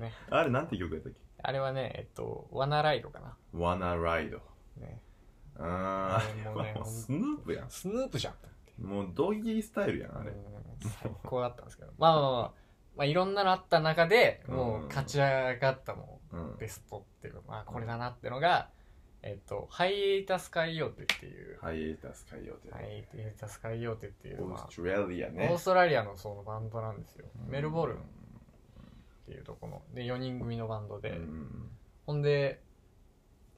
[SPEAKER 2] ね
[SPEAKER 1] あれなんて曲やったっけ
[SPEAKER 2] あれはねえっとワナライドかな
[SPEAKER 1] Wanna Ride
[SPEAKER 2] ね
[SPEAKER 1] あー
[SPEAKER 2] もうね
[SPEAKER 1] もうスヌープやん
[SPEAKER 2] スヌープじゃん
[SPEAKER 1] もうドギースタイルやんあれ [LAUGHS]
[SPEAKER 2] うん最高だったんですけどまあまあまあ、まあ、いろんなのあった中でもう勝ち上がったも
[SPEAKER 1] うん
[SPEAKER 2] うベストっていうかまあこれだなってのが、えっとハイエイタスカイヨーテっていう
[SPEAKER 1] ハイエータス海洋店
[SPEAKER 2] ハイエイタスカイヨーテっていう、
[SPEAKER 1] オー
[SPEAKER 2] まあ
[SPEAKER 1] ストラリア
[SPEAKER 2] オー
[SPEAKER 1] ね
[SPEAKER 2] ストラリアのそのバンドなんですよ、
[SPEAKER 1] うん
[SPEAKER 2] メルボルンっていうとこので4人組のバンド
[SPEAKER 1] う
[SPEAKER 2] で、
[SPEAKER 1] ん
[SPEAKER 2] ほんで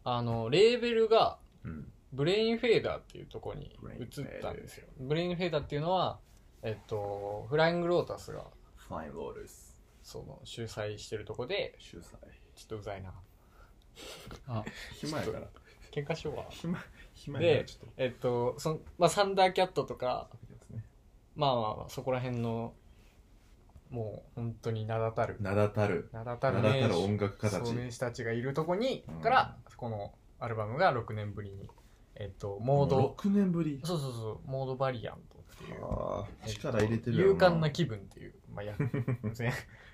[SPEAKER 2] あのレーベルが
[SPEAKER 1] うん
[SPEAKER 2] ブレインフェーダーっていうとこに
[SPEAKER 1] ブレイン
[SPEAKER 2] 移っ
[SPEAKER 1] フェーダー
[SPEAKER 2] たんですよブレインフェーダーっていうのはえっとフライングロータスが
[SPEAKER 1] ファインロールス
[SPEAKER 2] その主催してるとこで
[SPEAKER 1] 主催
[SPEAKER 2] ちょっとうざいな
[SPEAKER 3] あ、
[SPEAKER 1] 暇やから
[SPEAKER 2] 喧嘩しようか
[SPEAKER 1] 暇暇やから
[SPEAKER 2] で
[SPEAKER 1] ちょっと
[SPEAKER 2] えっとそん、まあ、サンダーキャットとか
[SPEAKER 1] ですね
[SPEAKER 2] まあまあまあそこら辺のもう本当に名だたる
[SPEAKER 1] 名だたる
[SPEAKER 2] 名だた
[SPEAKER 1] 名
[SPEAKER 2] る
[SPEAKER 1] だ
[SPEAKER 2] 名
[SPEAKER 1] た
[SPEAKER 2] 手
[SPEAKER 1] る音楽家た
[SPEAKER 2] そう
[SPEAKER 1] ち
[SPEAKER 2] 名手たちがいるとこに、
[SPEAKER 1] うん
[SPEAKER 2] からこのアルバムが6年ぶりにえっとモード
[SPEAKER 1] 6年ぶり
[SPEAKER 2] そうそうそうモードバリアントっていう
[SPEAKER 1] あー
[SPEAKER 2] えっと
[SPEAKER 1] 力入れてる
[SPEAKER 2] 勇敢な
[SPEAKER 1] 気 [LAUGHS]
[SPEAKER 2] 気分っていう、まあ、や
[SPEAKER 1] 勇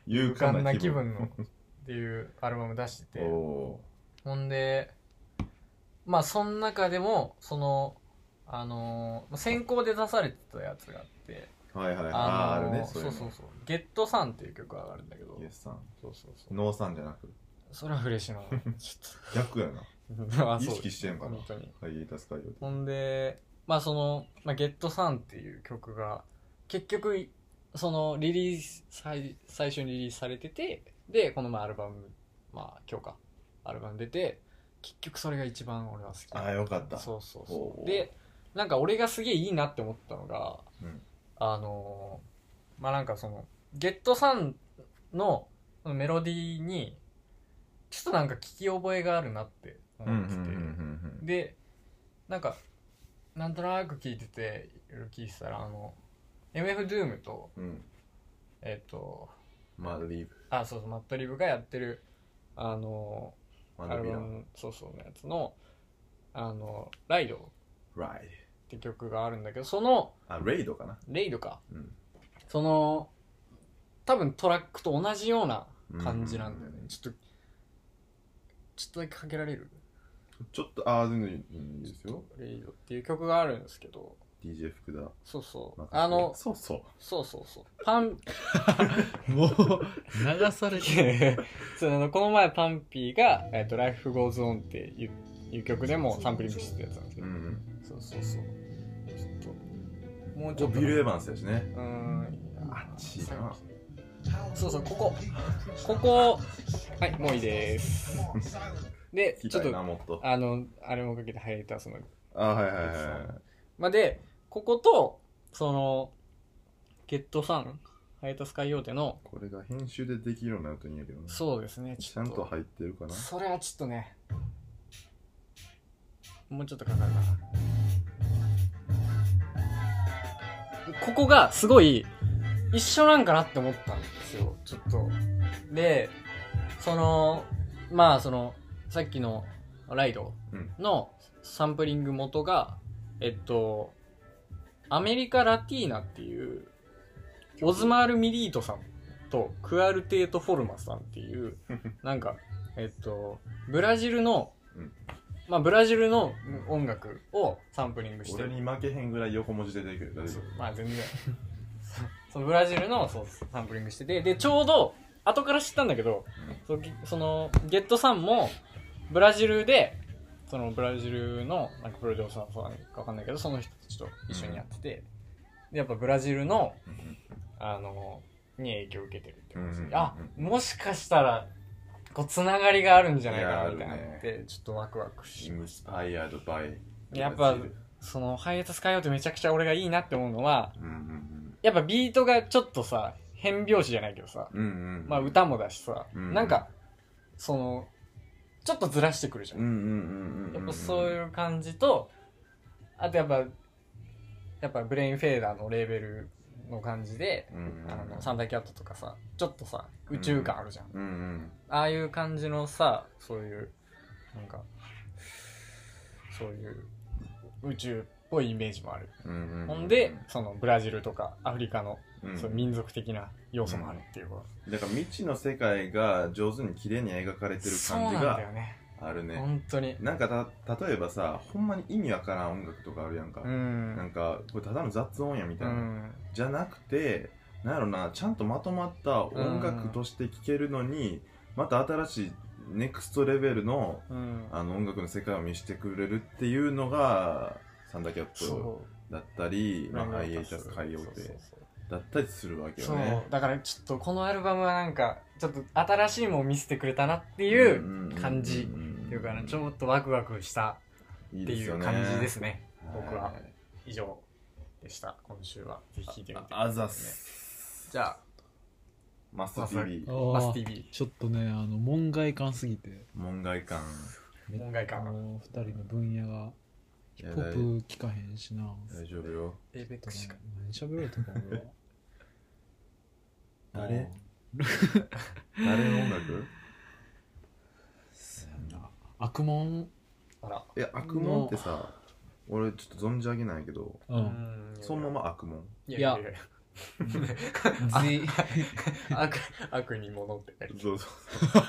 [SPEAKER 2] 勇敢
[SPEAKER 1] 敢
[SPEAKER 2] な
[SPEAKER 1] な
[SPEAKER 2] 気
[SPEAKER 1] 気分
[SPEAKER 2] 分のっていうアルバム出してて、
[SPEAKER 1] お
[SPEAKER 2] ほんで、まあ、その中でも、その、あのー、先行で出されてたやつがあって、
[SPEAKER 1] ーはいはいはいあーあ
[SPEAKER 2] あの
[SPEAKER 1] る
[SPEAKER 2] ー
[SPEAKER 1] ね
[SPEAKER 2] そう
[SPEAKER 1] いの
[SPEAKER 2] そうそう、ゲットサンっていう曲があるんだけど、
[SPEAKER 1] イエスさん
[SPEAKER 2] そうそうそう。
[SPEAKER 1] ノーさんじゃなく
[SPEAKER 2] それはフレッシュ
[SPEAKER 1] [LAUGHS]
[SPEAKER 2] なの。ち
[SPEAKER 1] 逆やな
[SPEAKER 2] ょっと。あ [LAUGHS]
[SPEAKER 1] 意
[SPEAKER 2] そう
[SPEAKER 1] 識してんかな
[SPEAKER 2] 本当に。
[SPEAKER 1] ハイエータス海洋
[SPEAKER 2] ほんで、まあその、まあ、ゲットサンっていう曲が、結局い、そのリリース、最最初にリリースされてて、で、このまあアルバム、まあ今日か、アルバム出て、結局それが一番俺は好き。
[SPEAKER 1] ああよかった
[SPEAKER 2] そうそう
[SPEAKER 1] ほう
[SPEAKER 2] そ
[SPEAKER 1] ほう
[SPEAKER 2] う。で、なんか俺がすげえいいなって思ったのが、
[SPEAKER 1] うん
[SPEAKER 2] あのーまあなんかその、ゲットサンのメロディーに、ちょっとなんか聞き覚えがあるなって
[SPEAKER 1] うんうん
[SPEAKER 2] 思ってて、
[SPEAKER 1] うんうんうん
[SPEAKER 2] でなんかなんとなく聞いてていろいろ聞いてたらあの MF ドゥームと
[SPEAKER 1] うん
[SPEAKER 2] えっ、と
[SPEAKER 1] まあリーブ
[SPEAKER 2] あそうそうマットリブがやってるあの
[SPEAKER 1] マル
[SPEAKER 2] アル
[SPEAKER 1] ビ
[SPEAKER 2] バ
[SPEAKER 1] ア
[SPEAKER 2] ムそうそうのやつのあのライドっ
[SPEAKER 1] ライ
[SPEAKER 2] て曲があるんだけどその
[SPEAKER 1] ドあレイドかな
[SPEAKER 2] レイドか
[SPEAKER 1] うん
[SPEAKER 2] その多分トラックと同じような感じなんだよね、
[SPEAKER 1] うん
[SPEAKER 2] ちょっとちょっとだけかけられる
[SPEAKER 1] ちょっとああ全然いいですよ
[SPEAKER 2] レイドっていう曲があるんですけど
[SPEAKER 1] DJ 福田
[SPEAKER 2] そうそう
[SPEAKER 1] 中
[SPEAKER 2] あの
[SPEAKER 1] そうそう
[SPEAKER 2] そうそうそうパン
[SPEAKER 3] もう流されて
[SPEAKER 2] [LAUGHS] そうあのこの前パンピーが「えっと Life Goes On」っていういう曲でもサンプリングしてたやつなんですけ
[SPEAKER 1] う
[SPEAKER 2] ど、
[SPEAKER 1] ん
[SPEAKER 2] そうそうそうちょっともうち
[SPEAKER 1] う
[SPEAKER 2] ょ
[SPEAKER 1] ん
[SPEAKER 2] っと
[SPEAKER 1] ビル・エヴァンスやしね
[SPEAKER 2] うーん
[SPEAKER 1] あっちいな
[SPEAKER 2] そうそうここここはいもういいですで
[SPEAKER 1] 聞き
[SPEAKER 2] ちょ
[SPEAKER 1] た
[SPEAKER 2] っ
[SPEAKER 1] いな
[SPEAKER 2] と
[SPEAKER 1] もっと
[SPEAKER 2] あのあれもかけてハイエーターその
[SPEAKER 1] あはいはいはいはい
[SPEAKER 2] まあでこことそのゲットさんハイエータースカイヨーテの
[SPEAKER 1] これが編集でできるようになるといいんやけどね
[SPEAKER 2] そうですねち
[SPEAKER 1] ち
[SPEAKER 2] ょ
[SPEAKER 1] ゃ
[SPEAKER 2] っ
[SPEAKER 1] んと入ってるかな
[SPEAKER 2] それはちょっとねもうちょっとかかるかなここがすごい一緒なんかなって思ったんですよちょっとでそのまあそのさっきのライドのサンプリング元が、えっとアメリカ・ラティーナっていうオズマール・ミリートさんとクアルテート・フォルマさんっ
[SPEAKER 1] [LAUGHS]
[SPEAKER 2] ていうなんか、えっと、ブラジルの、
[SPEAKER 1] うん
[SPEAKER 2] まあ、ブラジルの音楽をサンプリングして
[SPEAKER 1] 俺
[SPEAKER 2] る。
[SPEAKER 1] に負けへんぐらい横文字でできる
[SPEAKER 2] そうまあ、全然。 [LAUGHS] そのブラジルのそうサンプリングしてて、で、ちょうど、後から知ったんだけど、そのその、ゲットさんも、ブラジルで、そのブラジルの、なんかプロデューサーさんかわかんないけど、その人たちと一緒にやってて、で、やっぱブラジルの、あの、に影響を受けてるって
[SPEAKER 1] う
[SPEAKER 2] 感じ、
[SPEAKER 1] んうんうん
[SPEAKER 2] あ、もしかしたら、こう、つながりがあるんじゃないか
[SPEAKER 1] いやあ
[SPEAKER 2] な
[SPEAKER 1] る
[SPEAKER 2] み
[SPEAKER 1] ね
[SPEAKER 2] たいなって、ちょっとワクワクし
[SPEAKER 1] イ、ンスパイアードバイ
[SPEAKER 2] やっぱその、ハイエータス変えようってめちゃくちゃ俺がいいなって思うのは、
[SPEAKER 1] うんうん
[SPEAKER 2] やっぱビートがちょっとさ、変拍子じゃないけどさ、
[SPEAKER 1] うんうんうん
[SPEAKER 2] まあ歌もだしさ、
[SPEAKER 1] うん
[SPEAKER 2] なんか、その、ちょっとずらしてくるじゃ
[SPEAKER 1] うん
[SPEAKER 2] ん。
[SPEAKER 1] うんうんうん
[SPEAKER 2] やっぱそう
[SPEAKER 1] う
[SPEAKER 2] いう感じと、あとやっぱ、やっぱブレインフェーダーのレーベルの感じで、
[SPEAKER 1] んうん
[SPEAKER 2] あのサンダーキャットとかさちょっとさ宇宙感あるじゃん、
[SPEAKER 1] うんうん
[SPEAKER 2] ああいう感じのさそういうなんかそういう宇宙っぽいイメージもある、
[SPEAKER 1] うんうんう
[SPEAKER 2] ほんでそのブラジルとかアフリカの、
[SPEAKER 1] うん
[SPEAKER 2] そういう民族的な要素もあるっていうか、
[SPEAKER 1] だから未知の世界が上手に綺麗に描かれてる
[SPEAKER 2] そう
[SPEAKER 1] 感
[SPEAKER 2] なん
[SPEAKER 1] じ
[SPEAKER 2] だ
[SPEAKER 1] が
[SPEAKER 2] よね
[SPEAKER 1] あるね
[SPEAKER 2] 本当に
[SPEAKER 1] なんかた例えばさほんまに意味わからん音楽とかあるやんか
[SPEAKER 2] う
[SPEAKER 1] なんんかこれただの雑音やみた
[SPEAKER 2] う
[SPEAKER 1] いなんじゃなくてなんやろなちゃんとまとまった音楽として聴けるのに、また新しいネクストレベルの
[SPEAKER 2] うん
[SPEAKER 1] あの音楽の世界を見せてくれるっていうのがサンダーキャット
[SPEAKER 2] う
[SPEAKER 1] だったり、まあ、ハイエイタス海洋
[SPEAKER 2] そうそう
[SPEAKER 1] 亭
[SPEAKER 2] そう
[SPEAKER 1] だったりするわけよ
[SPEAKER 2] そう
[SPEAKER 1] ね。
[SPEAKER 2] だからちょっとこのアルバムはなんかちょっと新しいもん見せてくれたなって
[SPEAKER 1] て
[SPEAKER 2] いう、感じってていうかねちょっとワクワクした
[SPEAKER 1] いい
[SPEAKER 2] って
[SPEAKER 1] で
[SPEAKER 2] い
[SPEAKER 1] すよ
[SPEAKER 2] う
[SPEAKER 1] ね
[SPEAKER 2] 感じですね僕はい以上でした今週はぜひ聞いてみて
[SPEAKER 1] ああざっす、
[SPEAKER 2] じゃあ
[SPEAKER 1] マスター TV
[SPEAKER 3] あ
[SPEAKER 2] マス
[SPEAKER 3] ー
[SPEAKER 2] TV
[SPEAKER 3] ちょっとねあの門外観すぎて
[SPEAKER 1] 門外観
[SPEAKER 2] 門外観
[SPEAKER 3] あの二人の分野が
[SPEAKER 1] い
[SPEAKER 3] ヒ
[SPEAKER 1] や
[SPEAKER 3] ップホップ聞かへんしな
[SPEAKER 1] 大丈夫よ
[SPEAKER 2] エベックしか
[SPEAKER 3] 何喋ろうとか俺は
[SPEAKER 1] 誰誰の音楽
[SPEAKER 3] うんな悪魔
[SPEAKER 2] あら
[SPEAKER 1] え悪門ってさ俺ちょっと存じ上げないけど
[SPEAKER 3] う
[SPEAKER 2] うんん
[SPEAKER 1] そのまま悪門
[SPEAKER 2] いやいや
[SPEAKER 3] い
[SPEAKER 2] いや
[SPEAKER 3] [LAUGHS] ぜ
[SPEAKER 2] 悪、悪に物って書いて
[SPEAKER 1] そうそうそう。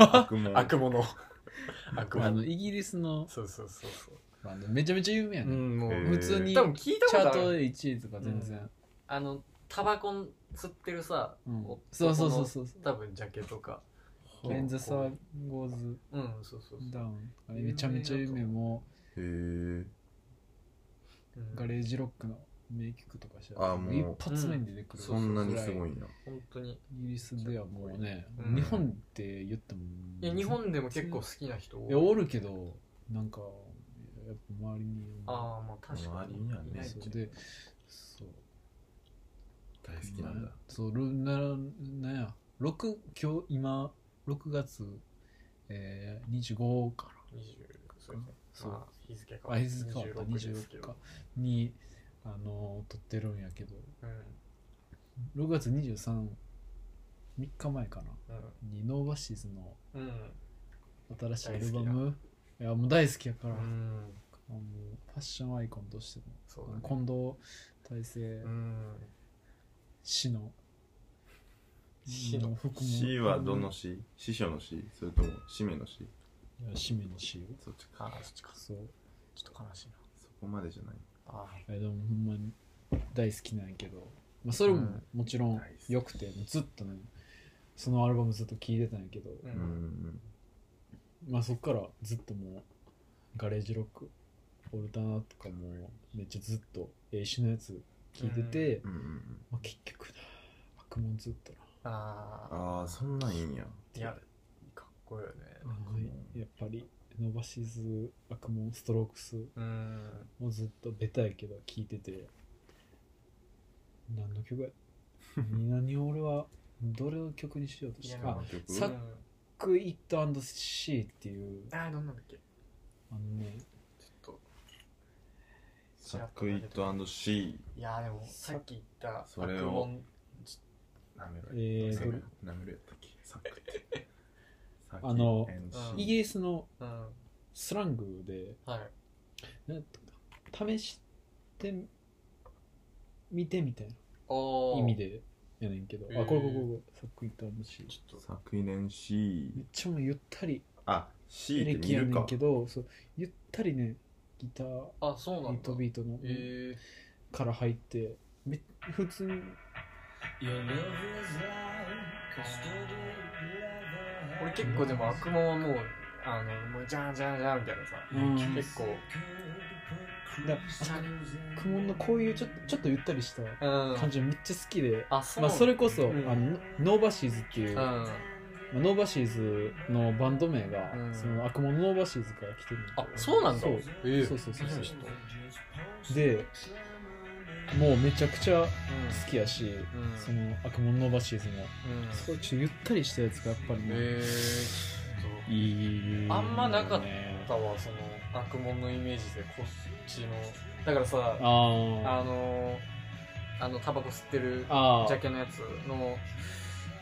[SPEAKER 1] 悪
[SPEAKER 2] あ
[SPEAKER 1] も
[SPEAKER 2] る。 [LAUGHS] 悪
[SPEAKER 3] [LAUGHS]
[SPEAKER 2] 者。悪
[SPEAKER 3] あの
[SPEAKER 2] 者。
[SPEAKER 3] イギリスの
[SPEAKER 2] そうそうそうそ
[SPEAKER 3] バンドめちゃめちゃ有名や
[SPEAKER 2] う。う
[SPEAKER 3] ね、
[SPEAKER 2] ん、もう、
[SPEAKER 1] えー
[SPEAKER 3] 普通に
[SPEAKER 2] 多分聞いた
[SPEAKER 3] チ
[SPEAKER 2] こ
[SPEAKER 3] ャー
[SPEAKER 2] とあ
[SPEAKER 3] ト
[SPEAKER 2] る。
[SPEAKER 3] で1位とか全然、
[SPEAKER 2] あの、タバコん吸ってるさ、
[SPEAKER 3] うん
[SPEAKER 2] 男の
[SPEAKER 3] そうそうそうそう
[SPEAKER 2] 多分ジャケとか。
[SPEAKER 3] メンズサーゴーズ
[SPEAKER 2] うん、そうそうそ
[SPEAKER 3] ダウンあれめちゃめちゃ有名も
[SPEAKER 1] へえ。
[SPEAKER 2] う。うん
[SPEAKER 3] うガレージロックの名曲とかし
[SPEAKER 1] あもう
[SPEAKER 3] 一発目に出てくる、
[SPEAKER 1] そんなにすご
[SPEAKER 3] い
[SPEAKER 1] いんや。
[SPEAKER 2] 本当に。
[SPEAKER 3] イギリスではもうね、
[SPEAKER 2] うん
[SPEAKER 3] 日本って言っても
[SPEAKER 2] いや、日本でも結構好きな人多
[SPEAKER 3] いやおるけどなんかやっぱ周りに
[SPEAKER 2] ああ、まあ確かに。
[SPEAKER 1] 周りにはね
[SPEAKER 2] いないっちゃ
[SPEAKER 3] そうでそう
[SPEAKER 1] 大好きなんだ。
[SPEAKER 3] そうルななんや6今日今6月、えー、25か
[SPEAKER 2] 20そうですね
[SPEAKER 3] そう
[SPEAKER 2] まあ日付変
[SPEAKER 3] ら
[SPEAKER 2] わ
[SPEAKER 3] あ
[SPEAKER 2] っ
[SPEAKER 3] いつ変わった
[SPEAKER 2] 26ですけ
[SPEAKER 3] 26
[SPEAKER 2] ど
[SPEAKER 3] かにあのー撮ってるんやけど
[SPEAKER 2] うん
[SPEAKER 3] 6月233日前かな
[SPEAKER 2] う
[SPEAKER 3] にノーバシーズの
[SPEAKER 2] ん
[SPEAKER 3] 新しいアルバムいやもう大好きやから、
[SPEAKER 2] う
[SPEAKER 3] あの
[SPEAKER 2] ん
[SPEAKER 3] ファッションアイコンとしても
[SPEAKER 2] そうだね
[SPEAKER 3] 近藤大成
[SPEAKER 2] うん
[SPEAKER 3] 氏の
[SPEAKER 2] 氏の
[SPEAKER 3] うん服も
[SPEAKER 1] 死はどの死師匠の死それとも使命の死
[SPEAKER 3] いや氏名の氏を
[SPEAKER 1] そっちか。
[SPEAKER 2] ああそっちか
[SPEAKER 3] そう
[SPEAKER 2] ちょっと悲しいな
[SPEAKER 1] そこまでじゃない。
[SPEAKER 2] あ
[SPEAKER 3] えでもほんまに大好きなんやけど、まあ、それ
[SPEAKER 2] う
[SPEAKER 3] も
[SPEAKER 2] ん
[SPEAKER 3] もちろん
[SPEAKER 1] 大好き
[SPEAKER 3] 良くて、もうずっとねそのアルバムずっと聴いてたんやけど、
[SPEAKER 2] う
[SPEAKER 1] うんん。
[SPEAKER 3] まあそっからずっともうガレージロックオルタナとかもめっちゃずっと英種のやつ聴いてて、
[SPEAKER 1] うんうんうん。
[SPEAKER 3] まあ、結局な悪夢ずっとな
[SPEAKER 2] あ
[SPEAKER 1] ああ、そんなんいいんや。
[SPEAKER 2] ーいやかっこいいよね
[SPEAKER 3] やっぱり伸ばしず悪夢ストロークス
[SPEAKER 2] うん
[SPEAKER 3] もうずっとベタやけど聴いてて何の曲や
[SPEAKER 2] [LAUGHS]
[SPEAKER 3] 何を俺はどれを曲にしようとした
[SPEAKER 2] いや
[SPEAKER 3] あ
[SPEAKER 1] この曲
[SPEAKER 3] さ
[SPEAKER 2] う
[SPEAKER 3] っ
[SPEAKER 2] ん
[SPEAKER 3] 「クイットアンドシー」っていう
[SPEAKER 2] あーどんなんだっけち
[SPEAKER 3] あのね
[SPEAKER 2] ょっと
[SPEAKER 1] サックイットアンドシ
[SPEAKER 2] いやーでもさっき言った
[SPEAKER 1] それ
[SPEAKER 2] 悪
[SPEAKER 1] を
[SPEAKER 2] 音
[SPEAKER 1] ー。なめろ
[SPEAKER 3] えー
[SPEAKER 1] なめろ
[SPEAKER 3] どれ
[SPEAKER 1] なめろやったっけサックって。サック
[SPEAKER 3] あの
[SPEAKER 2] うん
[SPEAKER 3] イギリスの
[SPEAKER 2] うん
[SPEAKER 3] スラングで
[SPEAKER 2] はい
[SPEAKER 3] なんとか試してみてみたいな
[SPEAKER 2] おー
[SPEAKER 3] 意味でやねんけど
[SPEAKER 2] へ
[SPEAKER 3] あ
[SPEAKER 2] ー
[SPEAKER 3] これこれこれこれ「サックイットアンドシー」
[SPEAKER 2] ちょっと
[SPEAKER 1] 昨年 C
[SPEAKER 3] めっちゃもうゆったり
[SPEAKER 1] あ C って
[SPEAKER 3] 歴
[SPEAKER 1] 見
[SPEAKER 3] や
[SPEAKER 1] る
[SPEAKER 3] ねん
[SPEAKER 1] か
[SPEAKER 3] けどそうゆったりねギター
[SPEAKER 2] あそうな
[SPEAKER 3] ビー
[SPEAKER 2] んだ
[SPEAKER 3] トビートの
[SPEAKER 2] え
[SPEAKER 3] から入ってめ普通に
[SPEAKER 2] 俺結構でも悪魔はもうあのもうじゃんじゃんじゃんみたいなさ、
[SPEAKER 3] うん
[SPEAKER 2] 結構
[SPEAKER 3] だ苦悶のこういうちょっとちょっとゆったりした
[SPEAKER 2] うん
[SPEAKER 3] 感じがめっちゃ好きで、
[SPEAKER 2] あそう
[SPEAKER 3] まあ、それこそ、
[SPEAKER 2] うん
[SPEAKER 3] あのノーバシーズっていう、
[SPEAKER 2] う
[SPEAKER 3] ま
[SPEAKER 2] ん
[SPEAKER 3] あノーバシーズのバンド名が、
[SPEAKER 2] うん
[SPEAKER 3] その悪魔のノーバシーズから来てるんだけ
[SPEAKER 2] あ
[SPEAKER 3] ど
[SPEAKER 2] そうなんだ
[SPEAKER 3] そう
[SPEAKER 2] ええ
[SPEAKER 3] そうそうそうそう
[SPEAKER 2] 知らなかっ
[SPEAKER 3] でもうめちゃくちゃ好
[SPEAKER 2] た
[SPEAKER 3] きやし、
[SPEAKER 2] うん
[SPEAKER 3] その悪魔のノーバシーズも、
[SPEAKER 2] うんうん
[SPEAKER 3] そういうちょっとゆったりしたやつがやっぱりね、
[SPEAKER 2] ええ
[SPEAKER 3] いい
[SPEAKER 2] あんまなかっ
[SPEAKER 3] ね
[SPEAKER 2] たわその悪魔のイメージでこっちのだからさ
[SPEAKER 3] あー
[SPEAKER 2] あのあのタバコ吸ってる
[SPEAKER 3] あ
[SPEAKER 2] ジャ
[SPEAKER 3] ー
[SPEAKER 2] ケのやつの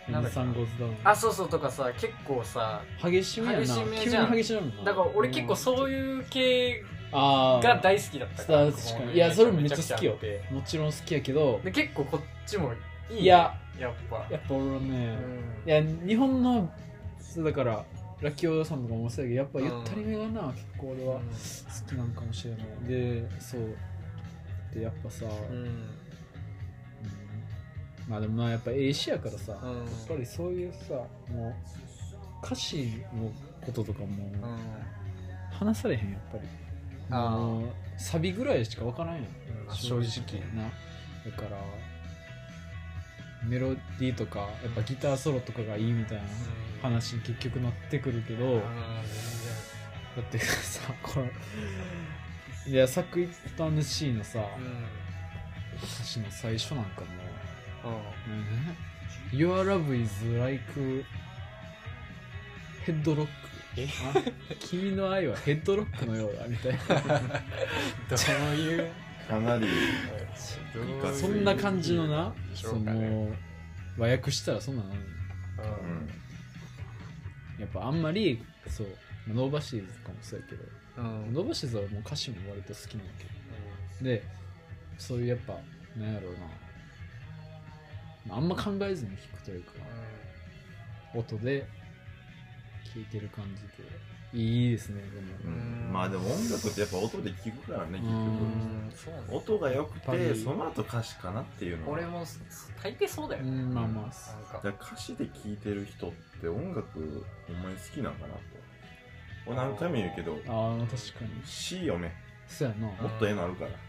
[SPEAKER 3] な
[SPEAKER 2] なんんだ
[SPEAKER 3] だ
[SPEAKER 2] っけな
[SPEAKER 3] 3ゴーズダウン
[SPEAKER 2] あそうそうとかさ結構さ
[SPEAKER 3] 激しめやな
[SPEAKER 2] 激しめじゃん
[SPEAKER 3] 急に激しめやもんな
[SPEAKER 2] だから俺結構そういう系
[SPEAKER 3] あ
[SPEAKER 2] が
[SPEAKER 3] あ
[SPEAKER 2] 大好きだったから
[SPEAKER 3] あー確かにいやそれもめっちゃ好きよ
[SPEAKER 2] めちゃくちゃあって
[SPEAKER 3] もちろん好きやけど
[SPEAKER 2] で結構こっちもいいね
[SPEAKER 3] いや
[SPEAKER 2] やっぱ
[SPEAKER 3] やっぱ俺は
[SPEAKER 2] う
[SPEAKER 3] ね、
[SPEAKER 2] ん
[SPEAKER 3] いや日本のそうだからラッキーオードさんとかもそうやけどやっぱゆったりめがな、結構俺
[SPEAKER 2] う
[SPEAKER 3] は
[SPEAKER 2] ん
[SPEAKER 3] 好きなんかもしれないでそうでやっぱさ、
[SPEAKER 2] う
[SPEAKER 3] うん
[SPEAKER 2] ん
[SPEAKER 3] まあでもなやっぱ英詞やからさ、
[SPEAKER 2] うん
[SPEAKER 3] やっぱりそういうさもう歌詞のこととかも、
[SPEAKER 2] うん
[SPEAKER 3] 話されへんやっぱり
[SPEAKER 2] あー
[SPEAKER 3] もうサビぐらいしか分からんやん
[SPEAKER 2] まあ正直
[SPEAKER 3] なだからメロディーとかやっぱギターソロとかがいいみたいな話に結局なってくるけど
[SPEAKER 2] うん
[SPEAKER 3] だってさこのいやサクイッタンシーのさ
[SPEAKER 2] うん
[SPEAKER 3] 歌詞の最初なんかも
[SPEAKER 2] うん
[SPEAKER 3] う「Your love is like ヘッドロック」あ「君の愛はヘッドロックのようだ」みたいな [LAUGHS]
[SPEAKER 2] どういう
[SPEAKER 1] かなり
[SPEAKER 2] どういう
[SPEAKER 3] そんな感じのな、
[SPEAKER 2] そ
[SPEAKER 3] そう
[SPEAKER 2] かね
[SPEAKER 3] の和訳したらそんなの
[SPEAKER 1] うん
[SPEAKER 3] やっぱあんまりそうノーバシーズとかもそうやけど、
[SPEAKER 2] うんうん
[SPEAKER 3] ノーバシーズはもう歌詞も割と好きなんだけどでそういうやっぱなんやろうなあんま考えずに聞くというか音で聞いてる感じでいいですね
[SPEAKER 1] う
[SPEAKER 3] でも
[SPEAKER 1] ん、まあでも音楽ってやっぱ音で聞くからね
[SPEAKER 3] うん
[SPEAKER 1] 結
[SPEAKER 2] そうなんだ
[SPEAKER 1] 局音が良く
[SPEAKER 3] やっぱ
[SPEAKER 1] て
[SPEAKER 3] り
[SPEAKER 1] その後歌詞かなっていうのが
[SPEAKER 2] 俺も大抵そうだよ
[SPEAKER 3] う
[SPEAKER 2] ね
[SPEAKER 3] んまあま
[SPEAKER 2] なん
[SPEAKER 3] あ
[SPEAKER 2] か
[SPEAKER 1] だから歌詞で聴いてる人って音楽お前好きなんかなと俺何回も言うけど
[SPEAKER 3] ああ確かに
[SPEAKER 1] C 読め
[SPEAKER 3] そうやな
[SPEAKER 1] もっとええのあるから
[SPEAKER 2] 確か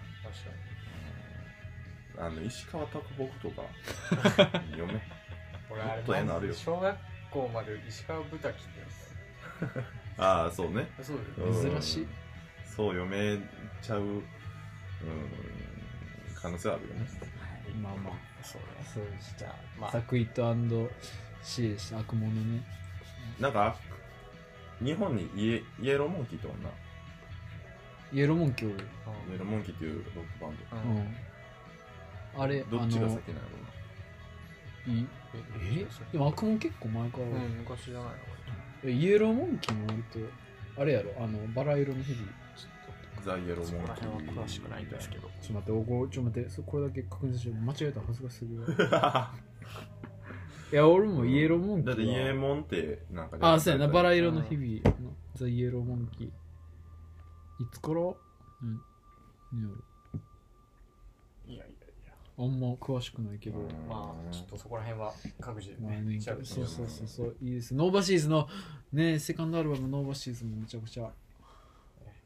[SPEAKER 1] あの石川啄木と
[SPEAKER 3] [LAUGHS]
[SPEAKER 1] か読め
[SPEAKER 2] に俺あれ
[SPEAKER 1] もっとええのあるよ
[SPEAKER 2] 小学校まで石川豚切って
[SPEAKER 1] ああそうね
[SPEAKER 2] たそうだ
[SPEAKER 1] う
[SPEAKER 2] よ
[SPEAKER 1] ん
[SPEAKER 3] 珍しい
[SPEAKER 1] そう読めちゃう、うん、可能性はあるよね
[SPEAKER 3] まあま
[SPEAKER 2] そう
[SPEAKER 3] あそうでし
[SPEAKER 2] じゃあま
[SPEAKER 3] た
[SPEAKER 2] あ
[SPEAKER 3] サクイット &C でした悪者ね
[SPEAKER 1] なんか日本にイエイエローモンキーっておんな
[SPEAKER 3] イエローモンキーおる
[SPEAKER 1] イエローモンキーっていうロックバン
[SPEAKER 2] う
[SPEAKER 3] うんんあれ
[SPEAKER 1] ドどっちが先なんや
[SPEAKER 3] あの
[SPEAKER 1] ろうない
[SPEAKER 3] えでも悪者結構前からお
[SPEAKER 2] う
[SPEAKER 3] る
[SPEAKER 2] ん昔じゃないの
[SPEAKER 3] えイエローモンキーも割とあれやろあのバラ色の日々ちょっと
[SPEAKER 1] ザ・イエローモンキー
[SPEAKER 2] ど
[SPEAKER 3] ちょっと待って、おこちょっと待って、そこれだけ確認して、間違えたら恥ずかしす
[SPEAKER 1] [LAUGHS]
[SPEAKER 3] ぎるわ。いや、俺もイエローモンキ
[SPEAKER 1] だ
[SPEAKER 3] ーは。
[SPEAKER 1] ってイエモンってなんかね
[SPEAKER 3] あ、そうやな、バラ色の日々の、ザ・イエローモンキー。いつからうん。
[SPEAKER 2] いや
[SPEAKER 3] いや
[SPEAKER 2] いやいや
[SPEAKER 3] あんま詳しくないけど。
[SPEAKER 1] うん
[SPEAKER 2] まあちょっとそこら辺は各自で
[SPEAKER 3] まあね
[SPEAKER 2] ね調べて
[SPEAKER 3] そうそうそうそう、いいです。ノーバシーズの、ね、セカンドアルバム、ノーバシーズもめちゃくちゃ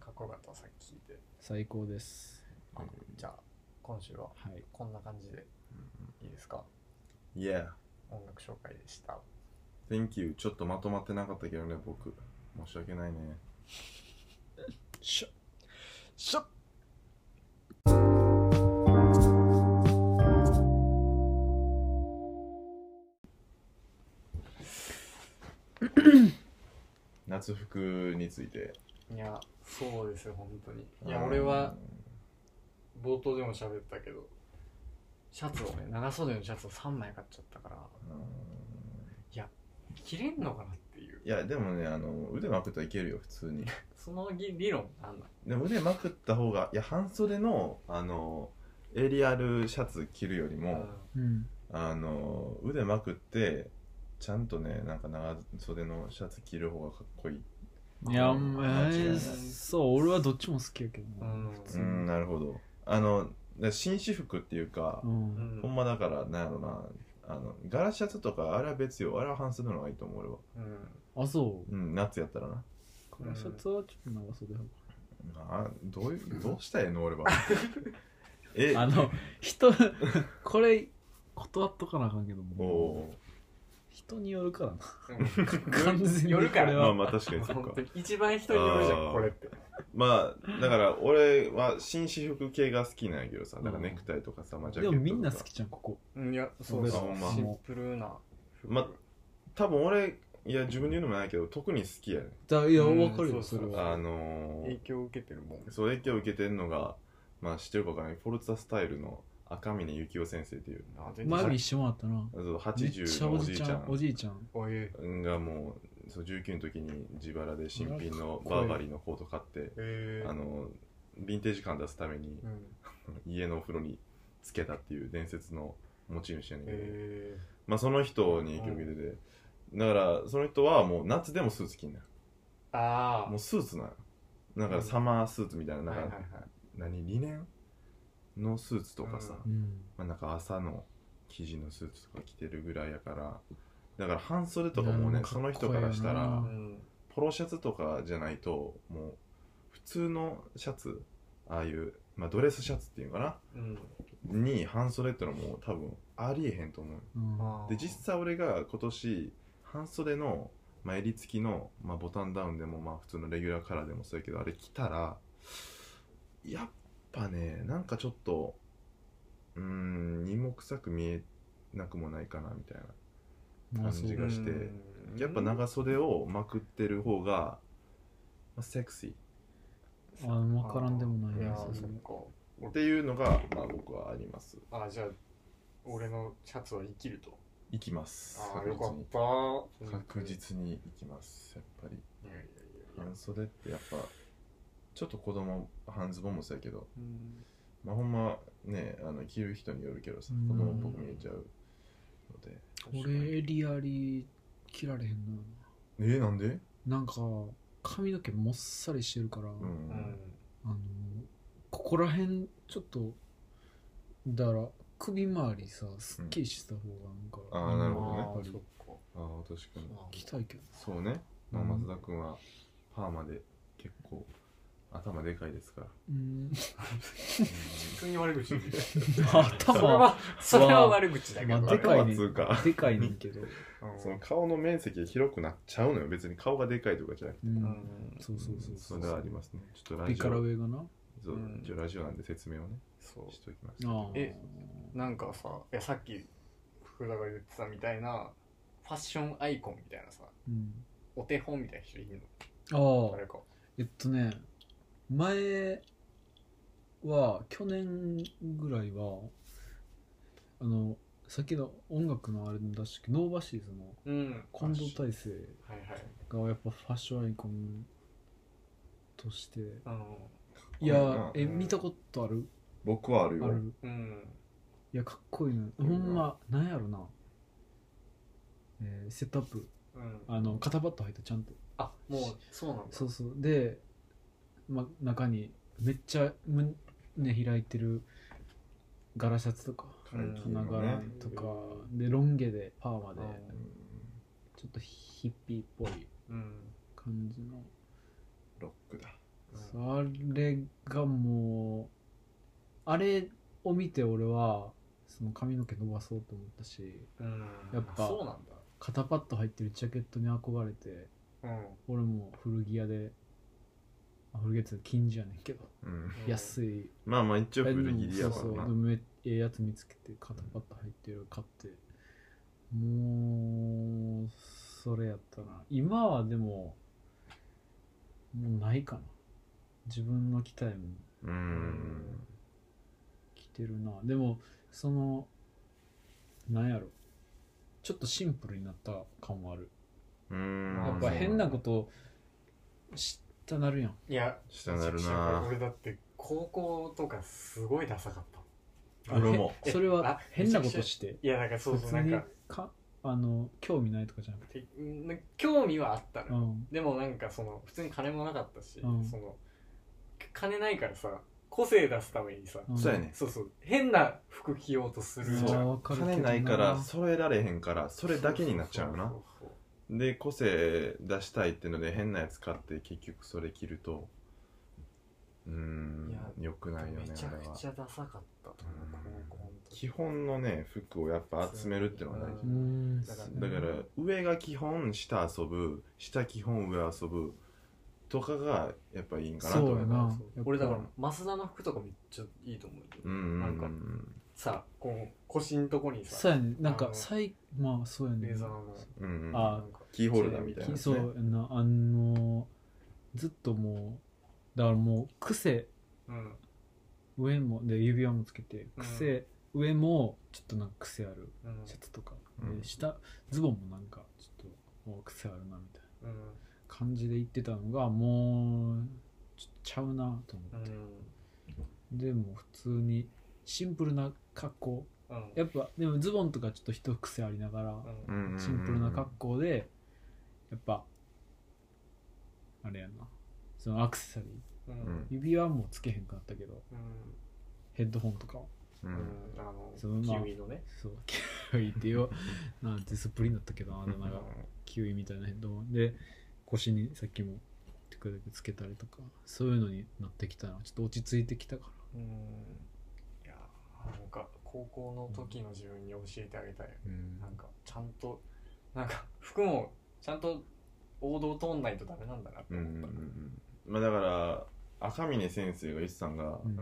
[SPEAKER 2] かっこよかったさっき聞いて
[SPEAKER 3] 最高です。
[SPEAKER 2] あじゃあ今週は
[SPEAKER 3] はい。
[SPEAKER 2] こんな感じでいいですか
[SPEAKER 1] Yeah
[SPEAKER 2] 音楽紹介でした
[SPEAKER 1] Thank you ちょっとまとまってなかったけどね僕申し訳ないね
[SPEAKER 3] しょしょ
[SPEAKER 1] 夏服について
[SPEAKER 2] いやそうですよ本当にいや俺は冒頭でも喋ったけどシャツをね長袖のシャツを3枚買っちゃったから
[SPEAKER 1] うん
[SPEAKER 2] 着れんのかなっていう
[SPEAKER 1] いやでもねあの腕まくったらいけるよ普通に [LAUGHS]
[SPEAKER 2] そのぎ理論なんだ
[SPEAKER 1] でも腕まくった方がいや半袖のあのエリアルシャツ着るよりも、
[SPEAKER 3] うん。
[SPEAKER 1] あの腕まくってちゃんとねなんか長袖のシャツ着る方がかっこいい
[SPEAKER 3] いや、お
[SPEAKER 1] 間違いな
[SPEAKER 3] 前、
[SPEAKER 1] い
[SPEAKER 3] そう、俺はどっちも好きやけ
[SPEAKER 2] う
[SPEAKER 3] どな。
[SPEAKER 2] ん
[SPEAKER 1] う
[SPEAKER 3] うん
[SPEAKER 1] んなるほどあのだ紳士服っていうか、
[SPEAKER 3] うん
[SPEAKER 2] うん
[SPEAKER 1] ほんまだからなんやろなあのガラシャツとかあれは別よあれは半袖の方がいいと思う俺は
[SPEAKER 2] うん
[SPEAKER 3] あ、そ
[SPEAKER 1] う
[SPEAKER 3] う。
[SPEAKER 1] ん夏やったらな
[SPEAKER 3] カラシャツはちょっと長袖
[SPEAKER 1] あどういうどうしたいの
[SPEAKER 3] [LAUGHS]
[SPEAKER 1] 俺はえ
[SPEAKER 3] あの、人、 [LAUGHS] これ、断っとかなあかんけど
[SPEAKER 1] お
[SPEAKER 3] も、
[SPEAKER 1] お
[SPEAKER 3] 人によるからな。
[SPEAKER 2] うん
[SPEAKER 3] 完全にこ
[SPEAKER 2] よるか
[SPEAKER 3] れ
[SPEAKER 1] ーまあ
[SPEAKER 3] は。
[SPEAKER 1] まあ確かにそっ
[SPEAKER 2] 本
[SPEAKER 1] か
[SPEAKER 2] 当に一番人によるじゃ
[SPEAKER 1] あー
[SPEAKER 2] んこれって
[SPEAKER 1] まあだから俺は紳士服系が好きなんやけどさだから
[SPEAKER 3] うん
[SPEAKER 1] ネクタイとかさ、まあ、ジャケ
[SPEAKER 3] で
[SPEAKER 1] ッ
[SPEAKER 3] も
[SPEAKER 1] トとか
[SPEAKER 3] みんな好きじゃん、ここ。
[SPEAKER 2] うんいやそう
[SPEAKER 1] 俺
[SPEAKER 2] そ
[SPEAKER 1] らほ
[SPEAKER 2] うん
[SPEAKER 1] ま
[SPEAKER 2] シンプルな
[SPEAKER 1] ま多分俺いや自分で言うのもないけど特に好きやね
[SPEAKER 3] だいや、
[SPEAKER 2] うん
[SPEAKER 3] わかるよ、
[SPEAKER 2] そ
[SPEAKER 3] そう
[SPEAKER 2] そ
[SPEAKER 3] れ
[SPEAKER 2] う
[SPEAKER 1] あ
[SPEAKER 3] は。
[SPEAKER 1] の
[SPEAKER 2] 影
[SPEAKER 1] ー、
[SPEAKER 2] 響を受けてるもん
[SPEAKER 1] そう影響を受けてんのがまあ知ってるかわからないフォルツァスタイルの赤峰幸雄先生っていう
[SPEAKER 2] あ全然
[SPEAKER 3] 前も一緒もらったな。
[SPEAKER 1] そう
[SPEAKER 3] めっち
[SPEAKER 1] 80
[SPEAKER 3] ゃ
[SPEAKER 1] の
[SPEAKER 3] お
[SPEAKER 1] お
[SPEAKER 3] じ
[SPEAKER 1] じい
[SPEAKER 3] ち
[SPEAKER 1] ち
[SPEAKER 3] ゃ
[SPEAKER 1] ゃ
[SPEAKER 3] ん、お
[SPEAKER 1] ん
[SPEAKER 3] じいちゃん。
[SPEAKER 2] おい
[SPEAKER 1] がもうそう19の時に自腹で新品のバーバリーのコート買って
[SPEAKER 2] えー
[SPEAKER 1] あのヴィンテージ感出すために
[SPEAKER 2] うん
[SPEAKER 1] 家のお風呂につけたっていう伝説の持ち主やねんけど、
[SPEAKER 2] え
[SPEAKER 1] まあその人に影響を受けてて、だからその人はもう夏でもスーツ着んね
[SPEAKER 2] ーあ
[SPEAKER 1] ん
[SPEAKER 2] あ
[SPEAKER 1] もうスーツなんよだからサマースーツみたいななん
[SPEAKER 2] は
[SPEAKER 1] か、
[SPEAKER 2] いはいはい
[SPEAKER 1] 何リネンのスーツとかさ、
[SPEAKER 2] うん
[SPEAKER 3] うん。
[SPEAKER 1] まあ、なんか朝の生地のスーツとか着てるぐらいやからだから半袖とかもう
[SPEAKER 3] なん
[SPEAKER 1] ね
[SPEAKER 3] か
[SPEAKER 1] その人からした
[SPEAKER 3] かっこいい
[SPEAKER 1] ら
[SPEAKER 3] よな
[SPEAKER 2] うん
[SPEAKER 1] ポロシャツとかじゃないともう普通のシャツああいう、まあ、ドレスシャツっていうのか
[SPEAKER 2] うん
[SPEAKER 1] なに半袖ってのはもう多分ありえへんと思う
[SPEAKER 3] うん
[SPEAKER 2] あー
[SPEAKER 1] で実際俺が今年半袖の、まあ、襟付きの、まあ、ボタンダウンでもまあ普通のレギュラーカラーでもそうやけどあれ着たらやっぱねなんかちょっとうーん二目臭く見えなくもないかなみたい
[SPEAKER 3] まあ、そう
[SPEAKER 1] 感じがして
[SPEAKER 2] うん
[SPEAKER 1] なやっぱ長袖をまくってる方が、まあ、セクシ
[SPEAKER 3] あ、わからんでもない
[SPEAKER 2] や
[SPEAKER 3] な、
[SPEAKER 2] そ
[SPEAKER 3] そうう
[SPEAKER 2] そ
[SPEAKER 3] そうう
[SPEAKER 1] ーっていうのが、まあ、僕はあります
[SPEAKER 2] かあじゃあ俺のシャツは生きると
[SPEAKER 1] いきます
[SPEAKER 2] ああ
[SPEAKER 1] 確
[SPEAKER 2] よか
[SPEAKER 1] 実
[SPEAKER 2] っ
[SPEAKER 1] に
[SPEAKER 2] た
[SPEAKER 1] 確実にいきますやっぱり
[SPEAKER 2] いやいやいやいや
[SPEAKER 1] 半袖ってやっぱちょっと子供半ズボンもそうやけど
[SPEAKER 2] うん
[SPEAKER 1] まあ、ほんまねあの着る人によるけどさ
[SPEAKER 3] うん
[SPEAKER 1] 子供っぽく見えちゃうので
[SPEAKER 3] 俺エリアリ切られへん
[SPEAKER 1] えー、なんで
[SPEAKER 3] ななんか髪の毛もっさりしてるから、
[SPEAKER 1] うん、
[SPEAKER 2] うん
[SPEAKER 3] あのここら辺ちょっとだから首周りさすっきりした方が
[SPEAKER 1] あーな
[SPEAKER 3] なん
[SPEAKER 1] る
[SPEAKER 3] か、
[SPEAKER 1] ほどね
[SPEAKER 3] やっぱり
[SPEAKER 2] そっか
[SPEAKER 1] ああ確かに
[SPEAKER 3] 来たいけど
[SPEAKER 1] そうね、まあ、
[SPEAKER 3] うん
[SPEAKER 1] 松田君はパーマで結構頭でかいですから
[SPEAKER 3] [LAUGHS] うん
[SPEAKER 2] 普通に悪口言
[SPEAKER 3] [LAUGHS]
[SPEAKER 2] ってるそれ
[SPEAKER 3] 頭
[SPEAKER 2] はそれは悪口だけど、
[SPEAKER 3] まあでかいね
[SPEAKER 1] 頭つうか
[SPEAKER 3] でかいねんけど、
[SPEAKER 2] うん
[SPEAKER 1] その顔の面積が広くなっちゃうのよ別に顔がでかいとかじゃなくて
[SPEAKER 3] う、
[SPEAKER 2] うんん
[SPEAKER 3] そうそうそう
[SPEAKER 1] それはありますねちょっとラ
[SPEAKER 3] ピ
[SPEAKER 1] ジ
[SPEAKER 3] から
[SPEAKER 1] オ
[SPEAKER 3] 上がな
[SPEAKER 1] そう
[SPEAKER 2] うん
[SPEAKER 1] 一応ラジオなんで説明をね
[SPEAKER 2] そ
[SPEAKER 1] しておきます
[SPEAKER 3] あー
[SPEAKER 2] えうなんかさいやさっき福田が言ってたみたいなファッションアイコンみたいなさ
[SPEAKER 3] うん、
[SPEAKER 2] お手本みたいな人いる
[SPEAKER 3] あ
[SPEAKER 2] の
[SPEAKER 3] ー
[SPEAKER 2] 誰か
[SPEAKER 3] えっとね前は去年ぐらいはあのさっきの音楽のあれに出したけどノーバシーズの
[SPEAKER 2] うん
[SPEAKER 3] 近藤大成
[SPEAKER 2] はいはい
[SPEAKER 3] がやっぱファッションアイコンとして
[SPEAKER 2] あの
[SPEAKER 3] い
[SPEAKER 1] かっこいい
[SPEAKER 3] や
[SPEAKER 1] な
[SPEAKER 3] え見たことある
[SPEAKER 1] 僕はある
[SPEAKER 3] あ
[SPEAKER 1] よ
[SPEAKER 3] る
[SPEAKER 2] うん
[SPEAKER 3] いやかっこいいな
[SPEAKER 1] っこいい
[SPEAKER 3] ほ
[SPEAKER 1] なん
[SPEAKER 3] まなんやろなえーセットアップ
[SPEAKER 2] うん
[SPEAKER 3] あの肩パッド入ったちゃんと
[SPEAKER 2] あもうそうなんだ
[SPEAKER 3] そうそうで、ま、中にめっちゃ胸開いてる柄シャツとか
[SPEAKER 1] うん
[SPEAKER 3] 花柄とか、でロン毛でパーマで
[SPEAKER 1] うん
[SPEAKER 3] ちょっとヒッピーっぽい
[SPEAKER 2] うん
[SPEAKER 3] 感じの
[SPEAKER 1] ロックだ
[SPEAKER 2] うん
[SPEAKER 3] それがもうあれを見て俺はその髪の毛伸ばそうと思ったし
[SPEAKER 2] うん
[SPEAKER 3] やっぱ
[SPEAKER 2] そうなんだ
[SPEAKER 3] 肩パッド入ってるジャケットに憧れて
[SPEAKER 2] うん
[SPEAKER 3] 俺も古着屋であ古着屋って金じゃねんけど
[SPEAKER 1] うん
[SPEAKER 3] 安い
[SPEAKER 1] まあまあ一応古着でや
[SPEAKER 3] そう
[SPEAKER 1] か
[SPEAKER 3] そうで
[SPEAKER 1] ら
[SPEAKER 3] も
[SPEAKER 1] な
[SPEAKER 3] めええやつ見つけて肩パッと入ってる買ってもうそれやったな今はでももうないかな自分の着たいもん
[SPEAKER 1] う
[SPEAKER 2] うん
[SPEAKER 3] 着てるなでもそのなんやろちょっとシンプルになった感はある
[SPEAKER 1] うん
[SPEAKER 2] あ
[SPEAKER 3] やっぱ変なことしたなるやん
[SPEAKER 2] いや
[SPEAKER 1] 下なる
[SPEAKER 2] めちゃくちゃ
[SPEAKER 1] な
[SPEAKER 2] 俺だって高校とかすごいダサかった
[SPEAKER 3] あ
[SPEAKER 1] 俺
[SPEAKER 2] [LAUGHS]
[SPEAKER 1] も
[SPEAKER 3] へそれは
[SPEAKER 2] あ
[SPEAKER 3] 変なことして
[SPEAKER 2] いやだからそうそうなんか
[SPEAKER 3] かあの興味ないとかじゃなくて
[SPEAKER 2] てん興味はあった
[SPEAKER 3] う
[SPEAKER 2] のよ、
[SPEAKER 3] ん
[SPEAKER 2] でもなんかその普通に金もなかったし、
[SPEAKER 3] うん
[SPEAKER 2] その金ないからさ個性出すためにさ、
[SPEAKER 3] ん
[SPEAKER 1] そうやね
[SPEAKER 2] そうそう変な服着ようとするじゃん
[SPEAKER 3] わかるけど
[SPEAKER 1] 金ないから揃えられへんからそれだけになっちゃうよな
[SPEAKER 2] そうそう
[SPEAKER 1] で個性出したいってので変なやつ買って結局それ着るとうーん良く
[SPEAKER 2] そう
[SPEAKER 1] ないよね
[SPEAKER 2] めちゃ
[SPEAKER 1] あれは
[SPEAKER 2] くちゃダサかったと思う高校の時
[SPEAKER 1] 基本のね服をやっぱ集めるってのは大
[SPEAKER 2] う
[SPEAKER 3] う
[SPEAKER 1] 事
[SPEAKER 3] ーん
[SPEAKER 2] だから
[SPEAKER 1] だから上が基本下遊ぶ下基本上遊ぶとかがやっぱいいんかなと
[SPEAKER 3] そう
[SPEAKER 1] 思
[SPEAKER 3] や
[SPEAKER 1] う
[SPEAKER 3] な
[SPEAKER 2] そう俺だから増田の服とかめっちゃいいと思うよ、
[SPEAKER 1] うんうん
[SPEAKER 2] なん
[SPEAKER 1] う
[SPEAKER 2] か
[SPEAKER 1] ん
[SPEAKER 2] さこの腰のとこに
[SPEAKER 3] そう
[SPEAKER 2] さ
[SPEAKER 3] やねなん
[SPEAKER 2] あ
[SPEAKER 3] か
[SPEAKER 2] の
[SPEAKER 3] 最まあそうやね
[SPEAKER 2] レザーの
[SPEAKER 1] うんうん
[SPEAKER 3] あ
[SPEAKER 2] なんか
[SPEAKER 1] キーホルダーみたいなやつ
[SPEAKER 3] そ
[SPEAKER 1] ね
[SPEAKER 3] うやなあのずっともうだからもう癖
[SPEAKER 2] うん
[SPEAKER 3] 上もで指輪もつけて
[SPEAKER 2] うん
[SPEAKER 3] 癖、上もちょっとなんか癖ある
[SPEAKER 2] うん
[SPEAKER 3] シャツとか、
[SPEAKER 1] うん
[SPEAKER 3] で下ズボンもなんかちょっともう癖あるなみたいな
[SPEAKER 2] うん
[SPEAKER 3] 感じで言ってたのがもうちょっとちゃうなと思
[SPEAKER 2] う
[SPEAKER 3] って、
[SPEAKER 2] ん
[SPEAKER 3] でも普通にシンプルな格好
[SPEAKER 2] うん
[SPEAKER 3] やっぱでもズボンとかちょっと一癖ありながら、
[SPEAKER 1] うんうんうん
[SPEAKER 3] シンプルな格好でやっぱあれやなそのアクセサリー
[SPEAKER 2] う
[SPEAKER 1] うんん
[SPEAKER 3] 指輪もつけへんかったけど
[SPEAKER 2] うん
[SPEAKER 3] ヘッドホンとか
[SPEAKER 1] う
[SPEAKER 2] うんんあの
[SPEAKER 3] そのまあ
[SPEAKER 2] キウイのね
[SPEAKER 3] そうキウイっていうなんてスプリンだったけどあだ名がキウイみたいなヘッドホンで腰にさっきもテクテクつけたりとかそういうのになってきたらちょっと落ち着いてきたか
[SPEAKER 2] うんいやなんか高校の時の自分に教えてあげたい
[SPEAKER 3] ら、
[SPEAKER 2] なんかちゃんとなんか服もちゃんと王道通んないとダメなんだなって
[SPEAKER 1] うんうんう
[SPEAKER 2] 思った
[SPEAKER 1] んまあだから赤峰先生が言ってたんが、
[SPEAKER 3] うん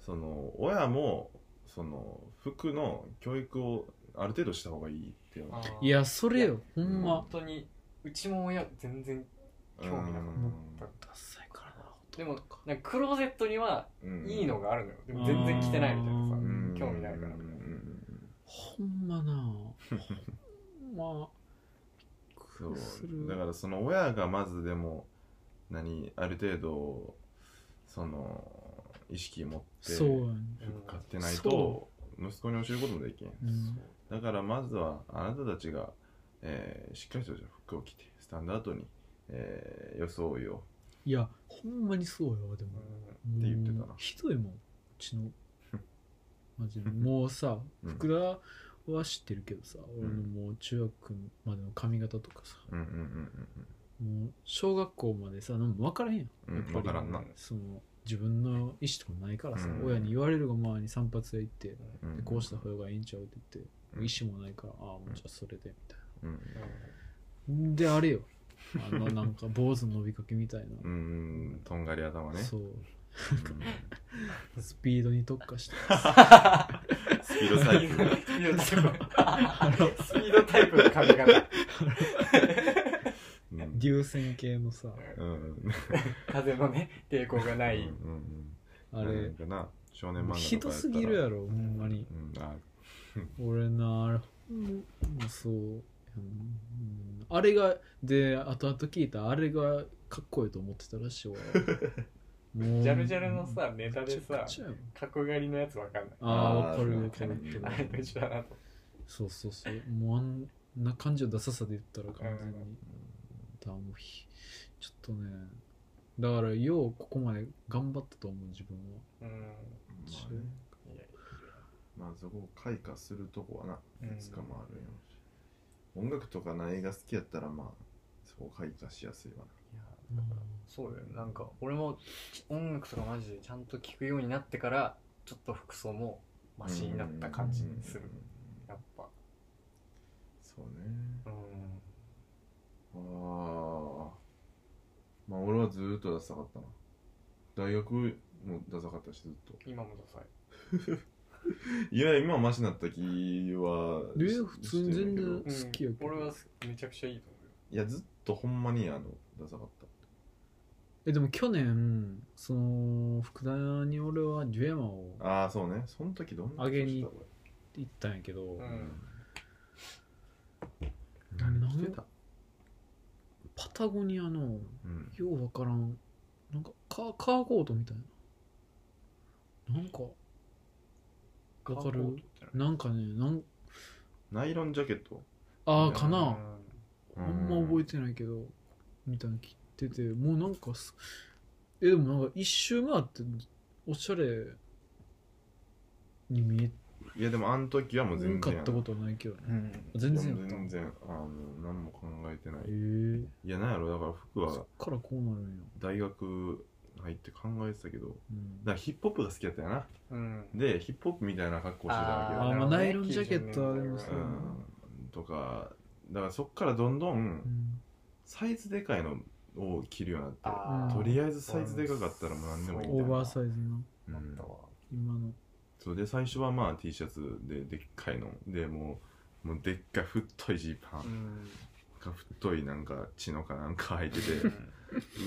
[SPEAKER 1] その親もその服の教育をある程度した方がいいっていうの
[SPEAKER 2] うん
[SPEAKER 3] いやそれよほんま
[SPEAKER 2] 本当にうちも親全然興味なかった
[SPEAKER 3] ダサいからなほと
[SPEAKER 2] で
[SPEAKER 3] ん
[SPEAKER 2] も
[SPEAKER 3] どか
[SPEAKER 2] なんかクローゼットには
[SPEAKER 1] うん
[SPEAKER 2] いいのがあるのよでも全然着てないみたいなさ
[SPEAKER 1] うん
[SPEAKER 2] 興味ないから
[SPEAKER 1] うんうんうん
[SPEAKER 3] ほんまなほんま
[SPEAKER 1] そ
[SPEAKER 3] する
[SPEAKER 1] うだからその親がまずでも何ある程度その意識持って
[SPEAKER 3] そうやね
[SPEAKER 1] 服買ってない
[SPEAKER 3] そ
[SPEAKER 1] と息子に教えることもできん
[SPEAKER 3] うん
[SPEAKER 1] だからまずはあなたたちが、えーしっかりとした服を着てスタンダードに、えー装いを
[SPEAKER 3] いやほんまにそうよでも
[SPEAKER 1] って言ってた
[SPEAKER 3] もう
[SPEAKER 1] な
[SPEAKER 3] ひどいもんう
[SPEAKER 1] [LAUGHS]
[SPEAKER 3] ちのマジでもうさ
[SPEAKER 1] うん
[SPEAKER 3] 福田は知ってるけどさ、
[SPEAKER 1] ん
[SPEAKER 3] 俺のもう中学までの髪型とかさ
[SPEAKER 1] うんうん
[SPEAKER 3] もう小学校までさなんも分からへんやん
[SPEAKER 1] うんうんうん
[SPEAKER 3] やっぱり
[SPEAKER 1] 分からんな
[SPEAKER 3] その自分の意思とかないからさ、
[SPEAKER 1] うん
[SPEAKER 3] 親に言われるがままに散髪屋行って、
[SPEAKER 1] うん
[SPEAKER 3] でこうした方がいいんちゃうって言って、
[SPEAKER 1] うん
[SPEAKER 3] 意思もないからああもうじゃあそれでみたい
[SPEAKER 1] うん
[SPEAKER 3] なであれよあのなん
[SPEAKER 1] [LAUGHS]
[SPEAKER 3] か坊主の伸びかけみたいな、
[SPEAKER 1] うんうんとんがり頭ね
[SPEAKER 3] そう
[SPEAKER 1] うん
[SPEAKER 3] スピードに特化した
[SPEAKER 1] スピードサ
[SPEAKER 3] [LAUGHS]
[SPEAKER 1] イクル
[SPEAKER 2] スピードタイプ。スピードタイプの髪型。
[SPEAKER 1] うん
[SPEAKER 3] 流線形のさ
[SPEAKER 1] うん
[SPEAKER 2] 風のね、抵抗がな
[SPEAKER 1] うんう
[SPEAKER 2] い。
[SPEAKER 1] ん
[SPEAKER 3] あ
[SPEAKER 1] なん
[SPEAKER 3] れ
[SPEAKER 1] かな少年漫画とかやったら
[SPEAKER 3] ひどすぎるやろほんまに
[SPEAKER 1] うんあ
[SPEAKER 3] 俺なあれほんまそううんあれがで後々聞いたあれがかっこいいと思ってたらし
[SPEAKER 2] [LAUGHS]
[SPEAKER 3] いわもう
[SPEAKER 2] ジャルジャルのさ、ネタで
[SPEAKER 3] めちゃ
[SPEAKER 2] さ
[SPEAKER 3] く、ちゃやん
[SPEAKER 2] 角刈りのやつわかんない。
[SPEAKER 3] ああ
[SPEAKER 1] あー
[SPEAKER 3] 分かる
[SPEAKER 1] わ
[SPEAKER 3] わ
[SPEAKER 1] か
[SPEAKER 3] か
[SPEAKER 1] る
[SPEAKER 3] る
[SPEAKER 2] あれと一緒だなと。
[SPEAKER 3] そうそうそうもうあんな感じのダサさで言ったら完全
[SPEAKER 2] う
[SPEAKER 3] にだもうひちょっとねだからようここまで頑張ったと思う自分は
[SPEAKER 2] うん。
[SPEAKER 1] まあね
[SPEAKER 2] いや
[SPEAKER 1] まあそこを開花するとこはな
[SPEAKER 2] うん
[SPEAKER 1] いつかもあるやろし、音楽とかな映画好きやったらまあそこ開花しやすいわ
[SPEAKER 2] そうだよね。なんか、俺も音楽とかマジでちゃんと聴くようになってから、ちょっと服装もマ
[SPEAKER 1] な
[SPEAKER 2] シになった感じする
[SPEAKER 1] うん。
[SPEAKER 2] やっぱ。
[SPEAKER 1] そうね
[SPEAKER 2] うん。
[SPEAKER 1] ああまあ俺はずーっとダサかったな大学もダサかったしずっと
[SPEAKER 2] 今もダサい。
[SPEAKER 1] いや今はマシになった気は
[SPEAKER 3] え
[SPEAKER 1] し
[SPEAKER 3] 普通に
[SPEAKER 1] してん
[SPEAKER 3] 全然
[SPEAKER 1] だけど
[SPEAKER 3] 好きやけど
[SPEAKER 2] 俺はめちゃくちゃいいと思うよ。
[SPEAKER 1] いやずっとほんまにあのダサかった
[SPEAKER 3] えでも去年その福田に俺はデュエマを
[SPEAKER 1] ああそうねその時どんな
[SPEAKER 3] 上げに
[SPEAKER 1] 年だ俺
[SPEAKER 3] 行ったんやけど、
[SPEAKER 2] う
[SPEAKER 1] うんん
[SPEAKER 3] 何
[SPEAKER 1] 何してた
[SPEAKER 3] パタゴニア
[SPEAKER 1] う
[SPEAKER 3] の
[SPEAKER 1] ん
[SPEAKER 3] ようわからんなんかカーカーコートみたいななんかわかるなんかねなん
[SPEAKER 1] ナイロンジャケット
[SPEAKER 3] あ
[SPEAKER 1] う
[SPEAKER 3] あ
[SPEAKER 1] ん
[SPEAKER 3] かな、
[SPEAKER 1] うん
[SPEAKER 3] あんま覚えてないけどみたいなの切っててもうなんかすえでもなんか一周回っておしゃれに見え
[SPEAKER 1] いやでもあの時はもう
[SPEAKER 3] な
[SPEAKER 1] 全
[SPEAKER 3] か
[SPEAKER 1] 然
[SPEAKER 3] ったことはないけどね
[SPEAKER 2] うん。
[SPEAKER 3] 全
[SPEAKER 1] いや
[SPEAKER 3] 然
[SPEAKER 1] もう
[SPEAKER 3] やった
[SPEAKER 1] 全然あの何も考えてない
[SPEAKER 3] へえ
[SPEAKER 1] いやなんやろだから服
[SPEAKER 3] そ
[SPEAKER 1] は
[SPEAKER 3] っからこうなるんや、
[SPEAKER 1] 大学入って考えてたけどだか
[SPEAKER 3] うん、
[SPEAKER 1] らヒップホップが好きやったよな
[SPEAKER 2] うん。
[SPEAKER 1] でヒップホップみたいな格好してたわけ
[SPEAKER 3] あー
[SPEAKER 1] よ
[SPEAKER 3] まあ
[SPEAKER 2] なるほど
[SPEAKER 3] ナイ
[SPEAKER 2] ね
[SPEAKER 3] ロンジャケットはあります
[SPEAKER 2] ー
[SPEAKER 3] ね、
[SPEAKER 1] うんとかだからそっからどんど
[SPEAKER 3] うんん
[SPEAKER 1] サイズでかいのを着るようになって
[SPEAKER 2] あー
[SPEAKER 1] とりあえずサイズでかかったらもう何でもいいみた
[SPEAKER 3] オー
[SPEAKER 1] いな
[SPEAKER 3] バーサイズな
[SPEAKER 1] うん
[SPEAKER 2] なったわ
[SPEAKER 3] 今の
[SPEAKER 1] そうで最初はまあ T シャツででっかいのでもうもうでっかい太いジーパン
[SPEAKER 2] うん
[SPEAKER 1] が太いなんか血のかなんか履いてて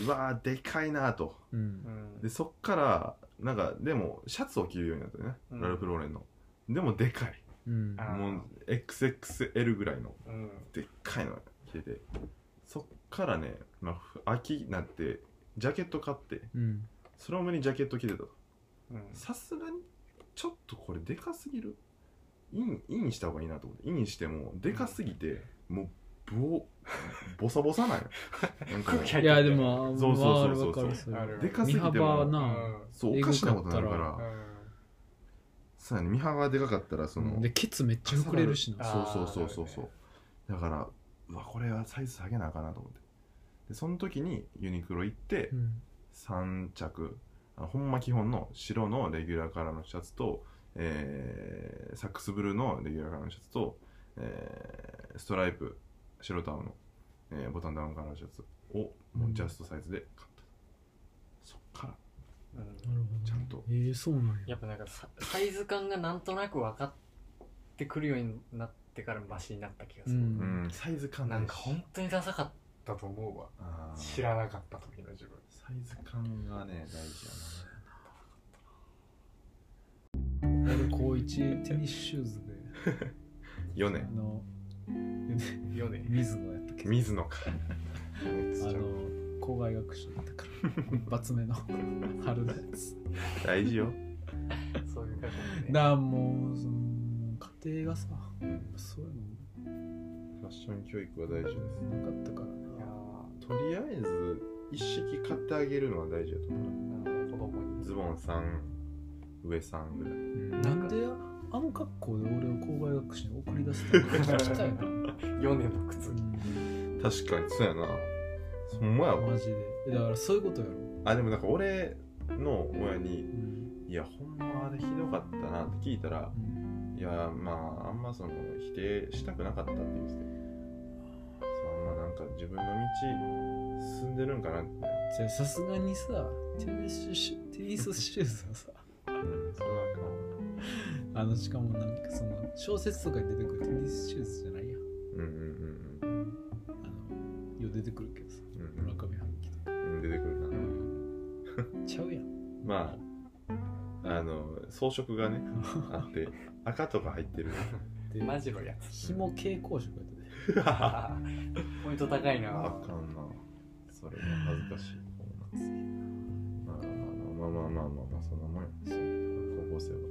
[SPEAKER 1] うわーでかいなーと
[SPEAKER 3] うん
[SPEAKER 1] でそっからなんかでもシャツを着るようになったよね、
[SPEAKER 2] うん
[SPEAKER 1] ラルフ・ローレンのでもでかい
[SPEAKER 3] うん
[SPEAKER 2] あー
[SPEAKER 1] もう XXL ぐらいの
[SPEAKER 2] うん
[SPEAKER 1] でっかいの着ててそっからね、まあふ、秋になってジャケット買って
[SPEAKER 3] うん
[SPEAKER 1] それを目にジャケット着てた
[SPEAKER 2] うん
[SPEAKER 1] さすがにちょっとこれでかすぎるインインした方がいいなと思ってインしてもでかすぎてもうボボサボサ
[SPEAKER 3] [LAUGHS]
[SPEAKER 1] なんよなんかもう
[SPEAKER 2] 空気入
[SPEAKER 3] いやでも
[SPEAKER 1] そうそうそうそう
[SPEAKER 3] わかるわかるそれ
[SPEAKER 2] ある
[SPEAKER 1] でかすぎても
[SPEAKER 3] 身幅は
[SPEAKER 2] う
[SPEAKER 3] な、
[SPEAKER 2] ん
[SPEAKER 1] そうおかしなことになるか
[SPEAKER 3] えぐ
[SPEAKER 1] ら
[SPEAKER 2] うん
[SPEAKER 1] さらにミハがでかかったらその、
[SPEAKER 3] でケツめっちゃ膨れるしな
[SPEAKER 2] あ
[SPEAKER 1] そう
[SPEAKER 2] ー
[SPEAKER 1] そうそうそうそう、だからうわこれはサイズ下げなあかんなと思ってでその時にユニクロ行って、
[SPEAKER 3] うん
[SPEAKER 1] 3着あほんま基本の白のレギュラーカラーのシャツと、えーサックスブルーのレギュラーカラーのシャツと、えーストライプ白と青の、えーボタンダウンカラーのシャツをもうジャストサイズで買った、そっから
[SPEAKER 2] うん
[SPEAKER 3] なるほど
[SPEAKER 1] ちゃんと
[SPEAKER 3] えー、そうなんや
[SPEAKER 2] やっぱなんかさサイズ感がなんとなく分かってくるようになってからマシになった気がす
[SPEAKER 3] う
[SPEAKER 2] る
[SPEAKER 3] ん
[SPEAKER 1] うんサイズ感
[SPEAKER 2] な
[SPEAKER 1] ない
[SPEAKER 2] ん
[SPEAKER 1] し
[SPEAKER 2] か本当にダサかったと思うわ
[SPEAKER 1] あー
[SPEAKER 2] 知らなかった時の自分
[SPEAKER 1] サイズ感がね大事や
[SPEAKER 3] 俺高一テニスシューズで
[SPEAKER 1] な4
[SPEAKER 3] あ
[SPEAKER 1] 年
[SPEAKER 3] の
[SPEAKER 2] よね
[SPEAKER 3] 水野やったけど
[SPEAKER 1] 水野か
[SPEAKER 3] あの校外学習だったから一発目の春のやつ
[SPEAKER 1] 大事よ
[SPEAKER 2] そういう感じね
[SPEAKER 3] だからもうその家庭がさ
[SPEAKER 1] うん
[SPEAKER 3] そういう
[SPEAKER 1] ファッション教育は大事です
[SPEAKER 3] のなかったから
[SPEAKER 2] いや
[SPEAKER 3] な
[SPEAKER 1] とりあえず一式買ってあげるのは大事だと思う
[SPEAKER 2] ー子供に
[SPEAKER 1] ズボン3上3ぐらい
[SPEAKER 3] なんであの格好で俺を校外学習に送り出したのか [LAUGHS] 聞きたいな、
[SPEAKER 2] 4年の靴
[SPEAKER 1] 確かにそうやなほんまや
[SPEAKER 3] マ
[SPEAKER 1] わ
[SPEAKER 3] ジでえだからそういうことやろ、
[SPEAKER 1] あでもなんか俺の親に
[SPEAKER 3] うん
[SPEAKER 1] 「いやほんまあれひどかったな」って聞いたら「いやまああんまその否定したくなかった」って言うんですけどそうあんまなんか自分の道進んでるんかなって、
[SPEAKER 3] じゃあさすがにさテニスシュテニスシューズはさ
[SPEAKER 1] うん、それはあかん
[SPEAKER 3] あのしかもなんかその小説とかに出てくるテニスシューズじゃないやん
[SPEAKER 1] うんうんうん
[SPEAKER 3] あのよう出てくるけどさ
[SPEAKER 1] うんうん
[SPEAKER 3] 村上春樹とか、
[SPEAKER 1] うん出てくるな
[SPEAKER 3] ちゃうやん
[SPEAKER 1] まああの装飾がねあって赤とか入ってる
[SPEAKER 3] で
[SPEAKER 2] マジの [LAUGHS] やつ
[SPEAKER 3] 紐蛍光色やったで
[SPEAKER 1] あ
[SPEAKER 2] あーポイント高いな
[SPEAKER 1] かんなそれは恥ずかしい方なんですけどまあまあまあまあまあまあまあそんなもんよ高校生は